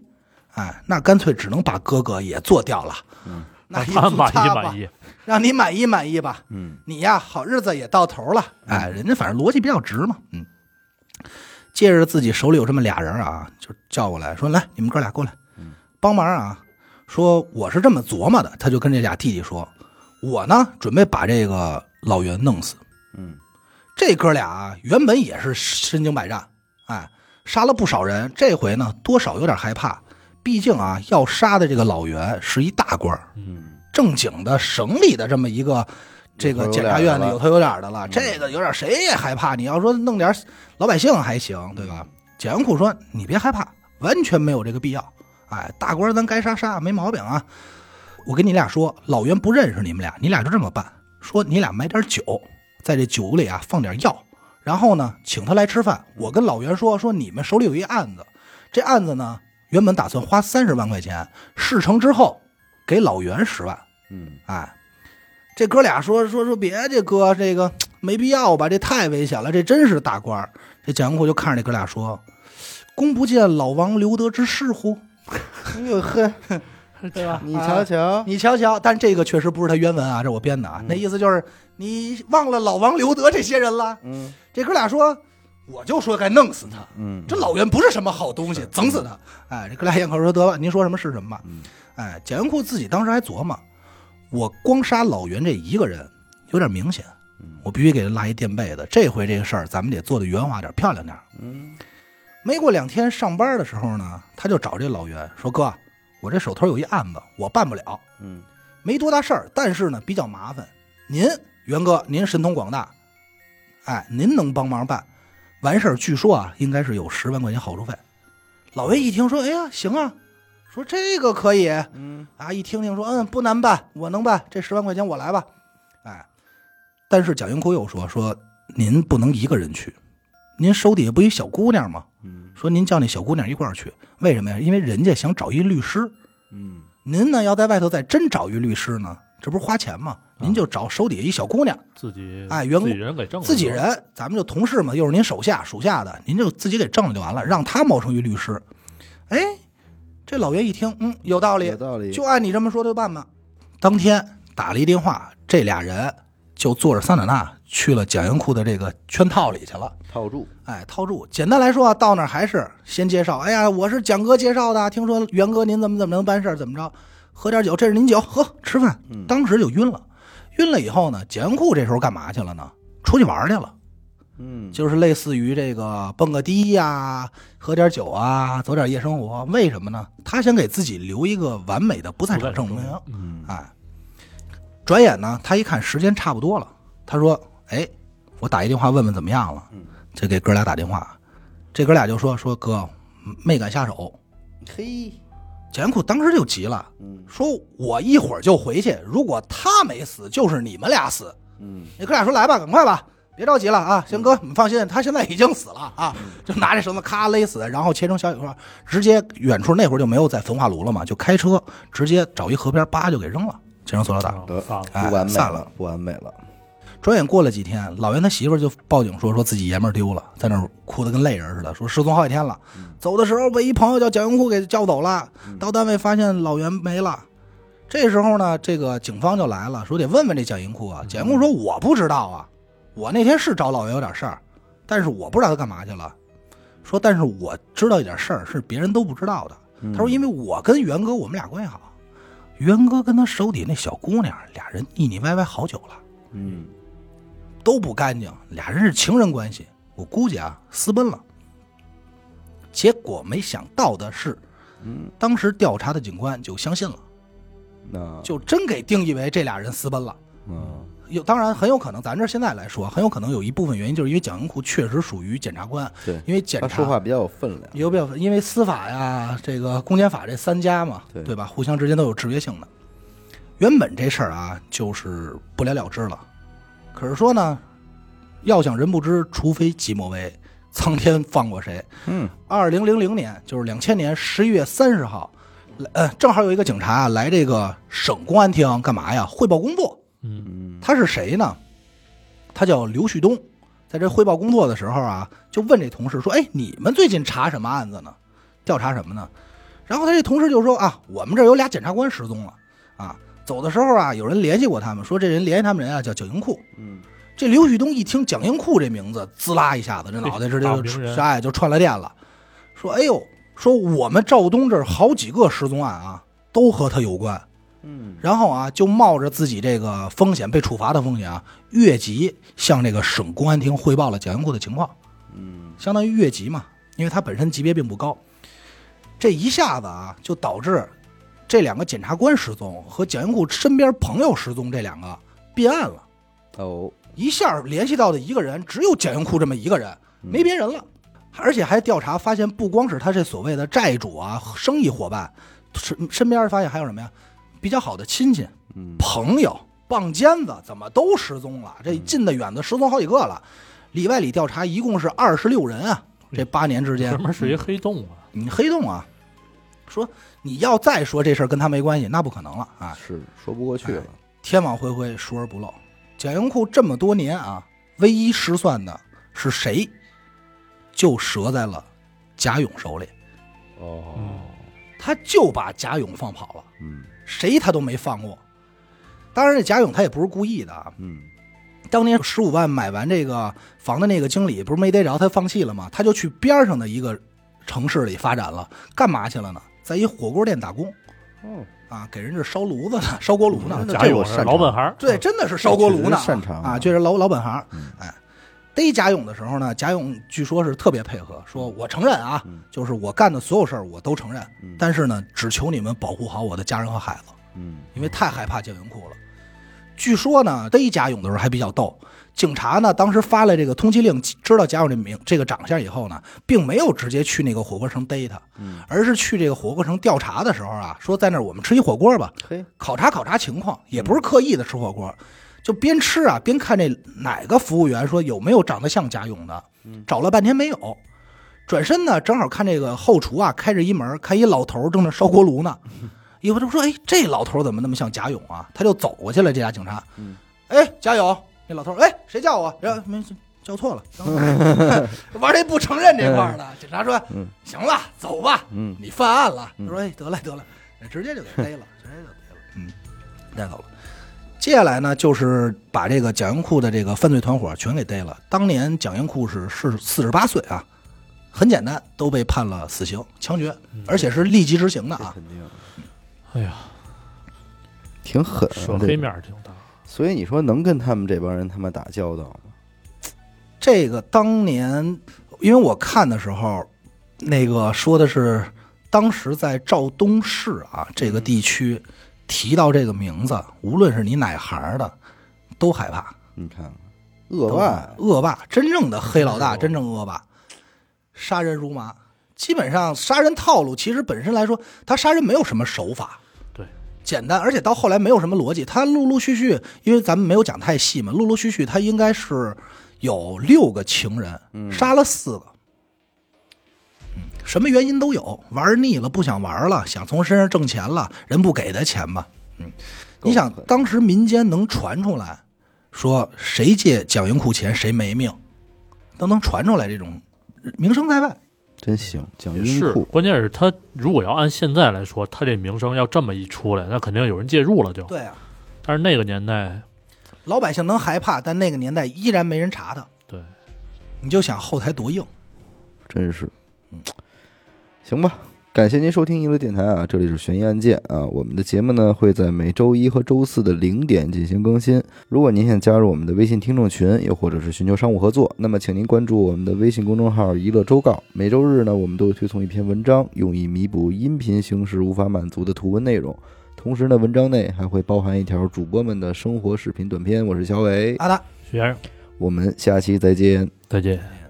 S2: 哎，那干脆只能把哥哥也做掉了。
S1: 嗯
S2: 那
S3: 他满意满
S2: 意，
S3: 意，
S2: 让你满意满意吧。
S1: 嗯，
S2: 你呀，好日子也到头了。哎，人家反正逻辑比较直嘛。嗯，借着自己手里有这么俩人啊，就叫过来说：“来，你们哥俩过来，帮忙啊。”说我是这么琢磨的，他就跟这俩弟弟说：“我呢，准备把这个老袁弄死。”
S1: 嗯，
S2: 这哥俩啊，原本也是身经百战，哎，杀了不少人。这回呢，多少有点害怕，毕竟啊，要杀的这个老袁是一大官儿，
S1: 嗯，
S2: 正经的省里的这么一个这个检察院的有
S1: 有
S2: 头有脸的了，嗯这个有点谁也害怕。你要说弄点老百姓还行，对吧？简文库说：“你别害怕，完全没有这个必要。哎，大官儿咱该杀杀，没毛病啊。我跟你俩说，老袁不认识你们俩，你俩就这么办：说你俩买点酒，在这酒里啊放点药，然后呢，请他来吃饭。我跟老袁说，说你们手里有一案子，这案子呢，原本打算花三十万块钱，事成之后给老袁十万。
S1: 嗯，
S2: 哎，这哥俩说说说别这哥这个没必要吧，这太危险了，这真是大官儿。这蒋云库就看着这哥俩说：“公不见老王刘德之是乎
S1: 哎呦呵，？”
S2: 对吧？
S1: 你瞧瞧，
S2: 你瞧瞧，但这个确实不是他原文啊，这我编的啊。那意思就是你忘了老王刘德这些人了。
S1: 嗯
S2: 这哥俩说，我就说该弄死他。
S1: 嗯，
S2: 这老袁不是什么好东西，整死他！哎，这哥俩咽口说得吧，您说什么是什么吧
S1: 嗯。
S2: 哎，贾云库自己当时还琢磨，我光杀老袁这一个人有点明显
S1: 嗯，
S2: 我必须给他拉一垫背的。这回这个事儿，咱们得做的圆滑点，漂亮点。
S1: 嗯
S2: 没过两天上班的时候呢，他就找这老袁说：“哥，我这手头有一案子，我办不了，
S1: 嗯
S2: 没多大事儿，但是呢比较麻烦。您袁哥，您神通广大，哎，您能帮忙办完事儿，据说啊应该是有十万块钱好处费。老魏一听说，哎呀，行啊，说这个可以啊，
S1: 嗯
S2: 一听听说，嗯，不难办，我能办，这十万块钱我来吧，哎，但是蒋云库又说说您不能一个人去，您手底下不一小姑娘吗？
S1: 嗯
S2: 说您叫那小姑娘一块儿去，为什么呀？因为人家想找一律师，
S1: 嗯，
S2: 您呢要在外头再真找一律师呢，这不是花钱吗？您就找手底下一小姑娘，
S3: 自己
S2: 哎员工
S3: 自己人给挣了，
S2: 自己人，咱们就同事嘛，又是您手下属下的，您就自己给挣了就完了，让他冒充一律师。哎，这老袁一听，嗯，有道理
S1: 有，道理，
S2: 就按你这么说就办吧。当天打了一电话，这俩人就坐着桑塔纳去了蒋英库的这个圈套里去了。
S1: 套住，
S2: 哎，套住。简单来说啊，到那儿还是先介绍。哎呀，我是蒋哥介绍的，听说袁哥您怎么怎么能办事儿，怎么着？喝点酒，这是您酒，喝吃饭。
S1: 嗯
S2: 当时就晕了，晕了以后呢，简文库这时候干嘛去了呢？出去玩儿去了，
S1: 嗯，
S2: 就是类似于这个蹦个迪呀、喝点酒啊，走点夜生活。为什么呢？他想给自己留一个完美的不在
S3: 不在
S2: 场证明。
S1: 嗯
S2: 哎，转眼呢，他一看时间差不多了，他说：“哎，我打一电话问问怎么样了。”就给哥俩打电话，这哥俩就说：“说哥，没敢下手。
S1: 嘿，”
S2: 简库当时就急了，
S1: 嗯
S2: 说：“我一会儿就回去，如果他没死，就是你们俩死。
S1: 嗯
S2: 你哥俩说来吧，赶快吧，别着急了啊，行哥，你放心，他现在已经死了啊，就拿这绳子咔勒死，然后切成小几块，直接远处那会儿就没有在焚化炉了嘛，就开车直接找一河边叭就给扔了，切成塑料袋。
S3: 啊
S1: 得
S3: 算了，
S2: 哎
S1: 不完美
S2: 散了，
S1: 不完美了。
S2: 转眼过了几天，老袁他媳妇儿就报警说说自己爷们儿丢了，在那儿哭得跟泪人似的，说失踪好几天了。走的时候被一朋友叫蒋云库给叫走了，到单位发现老袁没了。这时候呢，这个警方就来了，说得问问这蒋云库啊。蒋云库说我不知道啊，我那天是找老袁有点事儿，但是我不知道他干嘛去了。说但是我知道一点事儿是别人都不知道的。
S1: 嗯
S2: 他说因为我跟袁哥我们俩关系好，袁哥跟他手底那小姑娘俩人腻腻歪歪好久了。
S1: 嗯
S2: 都不干净，俩人是情人关系，我估计啊私奔了。结果没想到的是，
S1: 嗯，
S2: 当时调查的警官就相信了，
S1: 那
S2: 就真给定义为这俩人私奔了。
S1: 嗯
S2: 有，当然很有可能，咱这现在来说，很有可能有一部分原因就是因为蒋英库确实属于检察官，
S1: 对
S2: 因为检
S1: 他
S2: 察
S1: 说话比较有分量。
S2: 有必要，因为司法呀、这个公检法这三家嘛，
S1: 对
S2: 吧？互相之间都有制约性的。原本这事儿啊，就是不了了之了。可是说呢，要想人不知，除非己莫为，苍天放过谁？
S1: 嗯
S2: 二零零零年，就是两千年十一月三十号，来呃，正好有一个警察啊来这个省公安厅干嘛呀？汇报工作。
S3: 嗯，
S1: 嗯
S2: 他是谁呢？他叫刘旭东，在这汇报工作的时候啊，就问这同事说：“哎，你们最近查什么案子呢？调查什么呢？”然后他这同事就说：“啊，我们这儿有俩检察官失踪了，啊，走的时候啊，有人联系过他们，说这人联系他们人啊叫蒋英库。
S1: 嗯，”
S2: 这刘旭东一听蒋英库这名字，滋啦一下子，这脑袋直接
S3: 大
S2: 就
S3: 名人
S2: 哎就串了电了，说：“哎呦，说我们肇东这儿好几个失踪案啊，都和他有关。”
S1: 嗯
S2: 然后啊，就冒着自己这个风险被处罚的风险啊，越级向这个省公安厅汇报了蒋云库的情况，
S1: 嗯
S2: 相当于越级嘛，因为他本身级别并不高。这一下子啊，就导致这两个检察官失踪和蒋云库身边朋友失踪这两个变案了，
S1: 哦，
S2: 一下联系到的一个人只有蒋云库这么一个人，没别人了。而且还调查发现，不光是他这所谓的债主啊、生意伙伴，身身边发现还有什么呀？比较好的亲戚，
S1: 嗯
S2: 朋友、棒尖子怎么都失踪了？这近的远的失踪好几个了，里外里调查一共是二十六人啊！这八年之间
S3: 什，么是一黑洞啊？
S2: 你黑洞啊！说你要再说这事儿跟他没关系，那不可能了啊！
S1: 是说不过去
S2: 哎
S1: 了。
S2: 天网恢恢，疏而不漏。蒋英库这么多年啊，唯一失算的是谁，就折在了贾勇手里。
S1: 哦，
S2: 他就把贾勇放跑了，
S1: 嗯
S2: 谁他都没放过。当然，这贾勇他也不是故意的啊，
S1: 嗯
S2: 当 年十五万买完这个房的那个经理不是没逮着，他放弃了吗？他就去边上的一个城市里发展了，干嘛去了呢？在一火锅店打工
S1: 哦，
S2: 啊，给人这烧炉子呢，烧锅炉呢。
S1: 那
S3: 贾
S1: 这我
S3: 勇
S1: 擅
S3: 是
S1: 长
S3: 老本行儿，
S2: 对，真的是烧锅炉呢，
S1: 啊确实擅长
S2: 啊，就是老老本行
S1: 嗯。
S2: 哎，逮贾勇的时候呢，贾勇据说是特别配合，说我承认啊
S1: 嗯，
S2: 就是我干的所有事儿我都承认
S1: 嗯，
S2: 但是呢，只求你们保护好我的家人和孩子。
S1: 嗯
S2: 因为太害怕蒋云库了。据说呢，逮贾勇的时候还比较逗。警察呢，当时发了这个通缉令，知道贾勇这名这个长相以后呢，并没有直接去那个火锅城逮他，
S1: 嗯，
S2: 而是去这个火锅城调查的时候啊，说在那儿我们吃一火锅吧，
S1: 嘿，
S2: 考察考察情况，也不是刻意的吃火锅，就边吃啊边看这哪个服务员说有没有长得像贾勇的，
S1: 嗯
S2: 找了半天没有。转身呢，正好看这个后厨啊，开着一门，看一老头儿正在烧锅 炉呢。一会儿就说：“哎，这老头儿怎么那么像贾勇啊？”他就走过去了。这俩警察，
S1: 嗯
S2: 哎，贾勇，那老头儿，哎，谁叫我？然后没叫错了， 玩这不承认这块儿的。警察说：“
S1: 嗯
S2: 行了，走吧，
S1: 嗯
S2: 你犯案了。”他
S1: 嗯
S2: 说：“哎，得了得了，直接就给逮 了，直接就逮了，嗯，带走了。”接下来呢，就是把这个蒋英库的这个犯罪团伙全给逮了。当年蒋英库是是四十八岁啊，很简单，都被判了死刑枪决，而且是立即执行的
S1: 这
S2: 啊。
S1: 肯定
S3: 哎
S2: 嗯
S3: 呀，
S1: 挺狠啊，
S3: 涉
S1: 这
S3: 黑面儿挺大。
S1: 所以你说能跟他们这帮人他妈打交道吗？
S2: 这个当年，因为我看的时候，那个说的是当时在肇东市啊这个地区提到这个名字，无论是你哪行的，都害怕。
S1: 你看看，恶
S2: 都
S1: 霸
S2: 是哎恶霸，真正的黑老大，
S3: 哦
S2: 真正恶霸，杀人如麻。基本上杀人套路，其实本身来说，他杀人没有什么手法。
S3: 对，
S2: 简单，而且到后来没有什么逻辑。他陆陆续续，因为咱们没有讲太细嘛，陆陆续续他应该是有六个情人，杀了四个。嗯什么原因都有，玩腻了，不想玩了，想从身上挣钱了，人不给他钱嘛。嗯，你想
S1: 够狠
S2: 当时民间能传出来，说谁借蒋英库钱谁没命，都能传出来这种名声在外。
S1: 真行，讲
S3: 也
S1: 英
S3: 是，
S1: 库，
S3: 关键是他如果要按现在来说，他这名声要这么一出来，那肯定有人介入了就。
S2: 对啊，
S3: 但是那个年代，
S2: 老百姓能害怕，但那个年代依然没人查他。
S3: 对，
S2: 你就想后台多硬。
S1: 真是。嗯行吧，感谢您收听娱乐电台啊，这里是悬疑案件啊。我们的节目呢会在每周一和周四的零点进行更新。如果您想加入我们的微信听众群，又或者是寻求商务合作，那么请您关注我们的微信公众号“娱乐周告”。每周日呢，我们都会推送一篇文章，用以弥补音频形式无法满足的图文内容。同时呢，文章内还会包含一条主播们
S2: 啊
S1: 的生活视频短片。我是小伟，
S2: 阿达，
S3: 徐先生，
S1: 我们下期再见。
S3: 再见。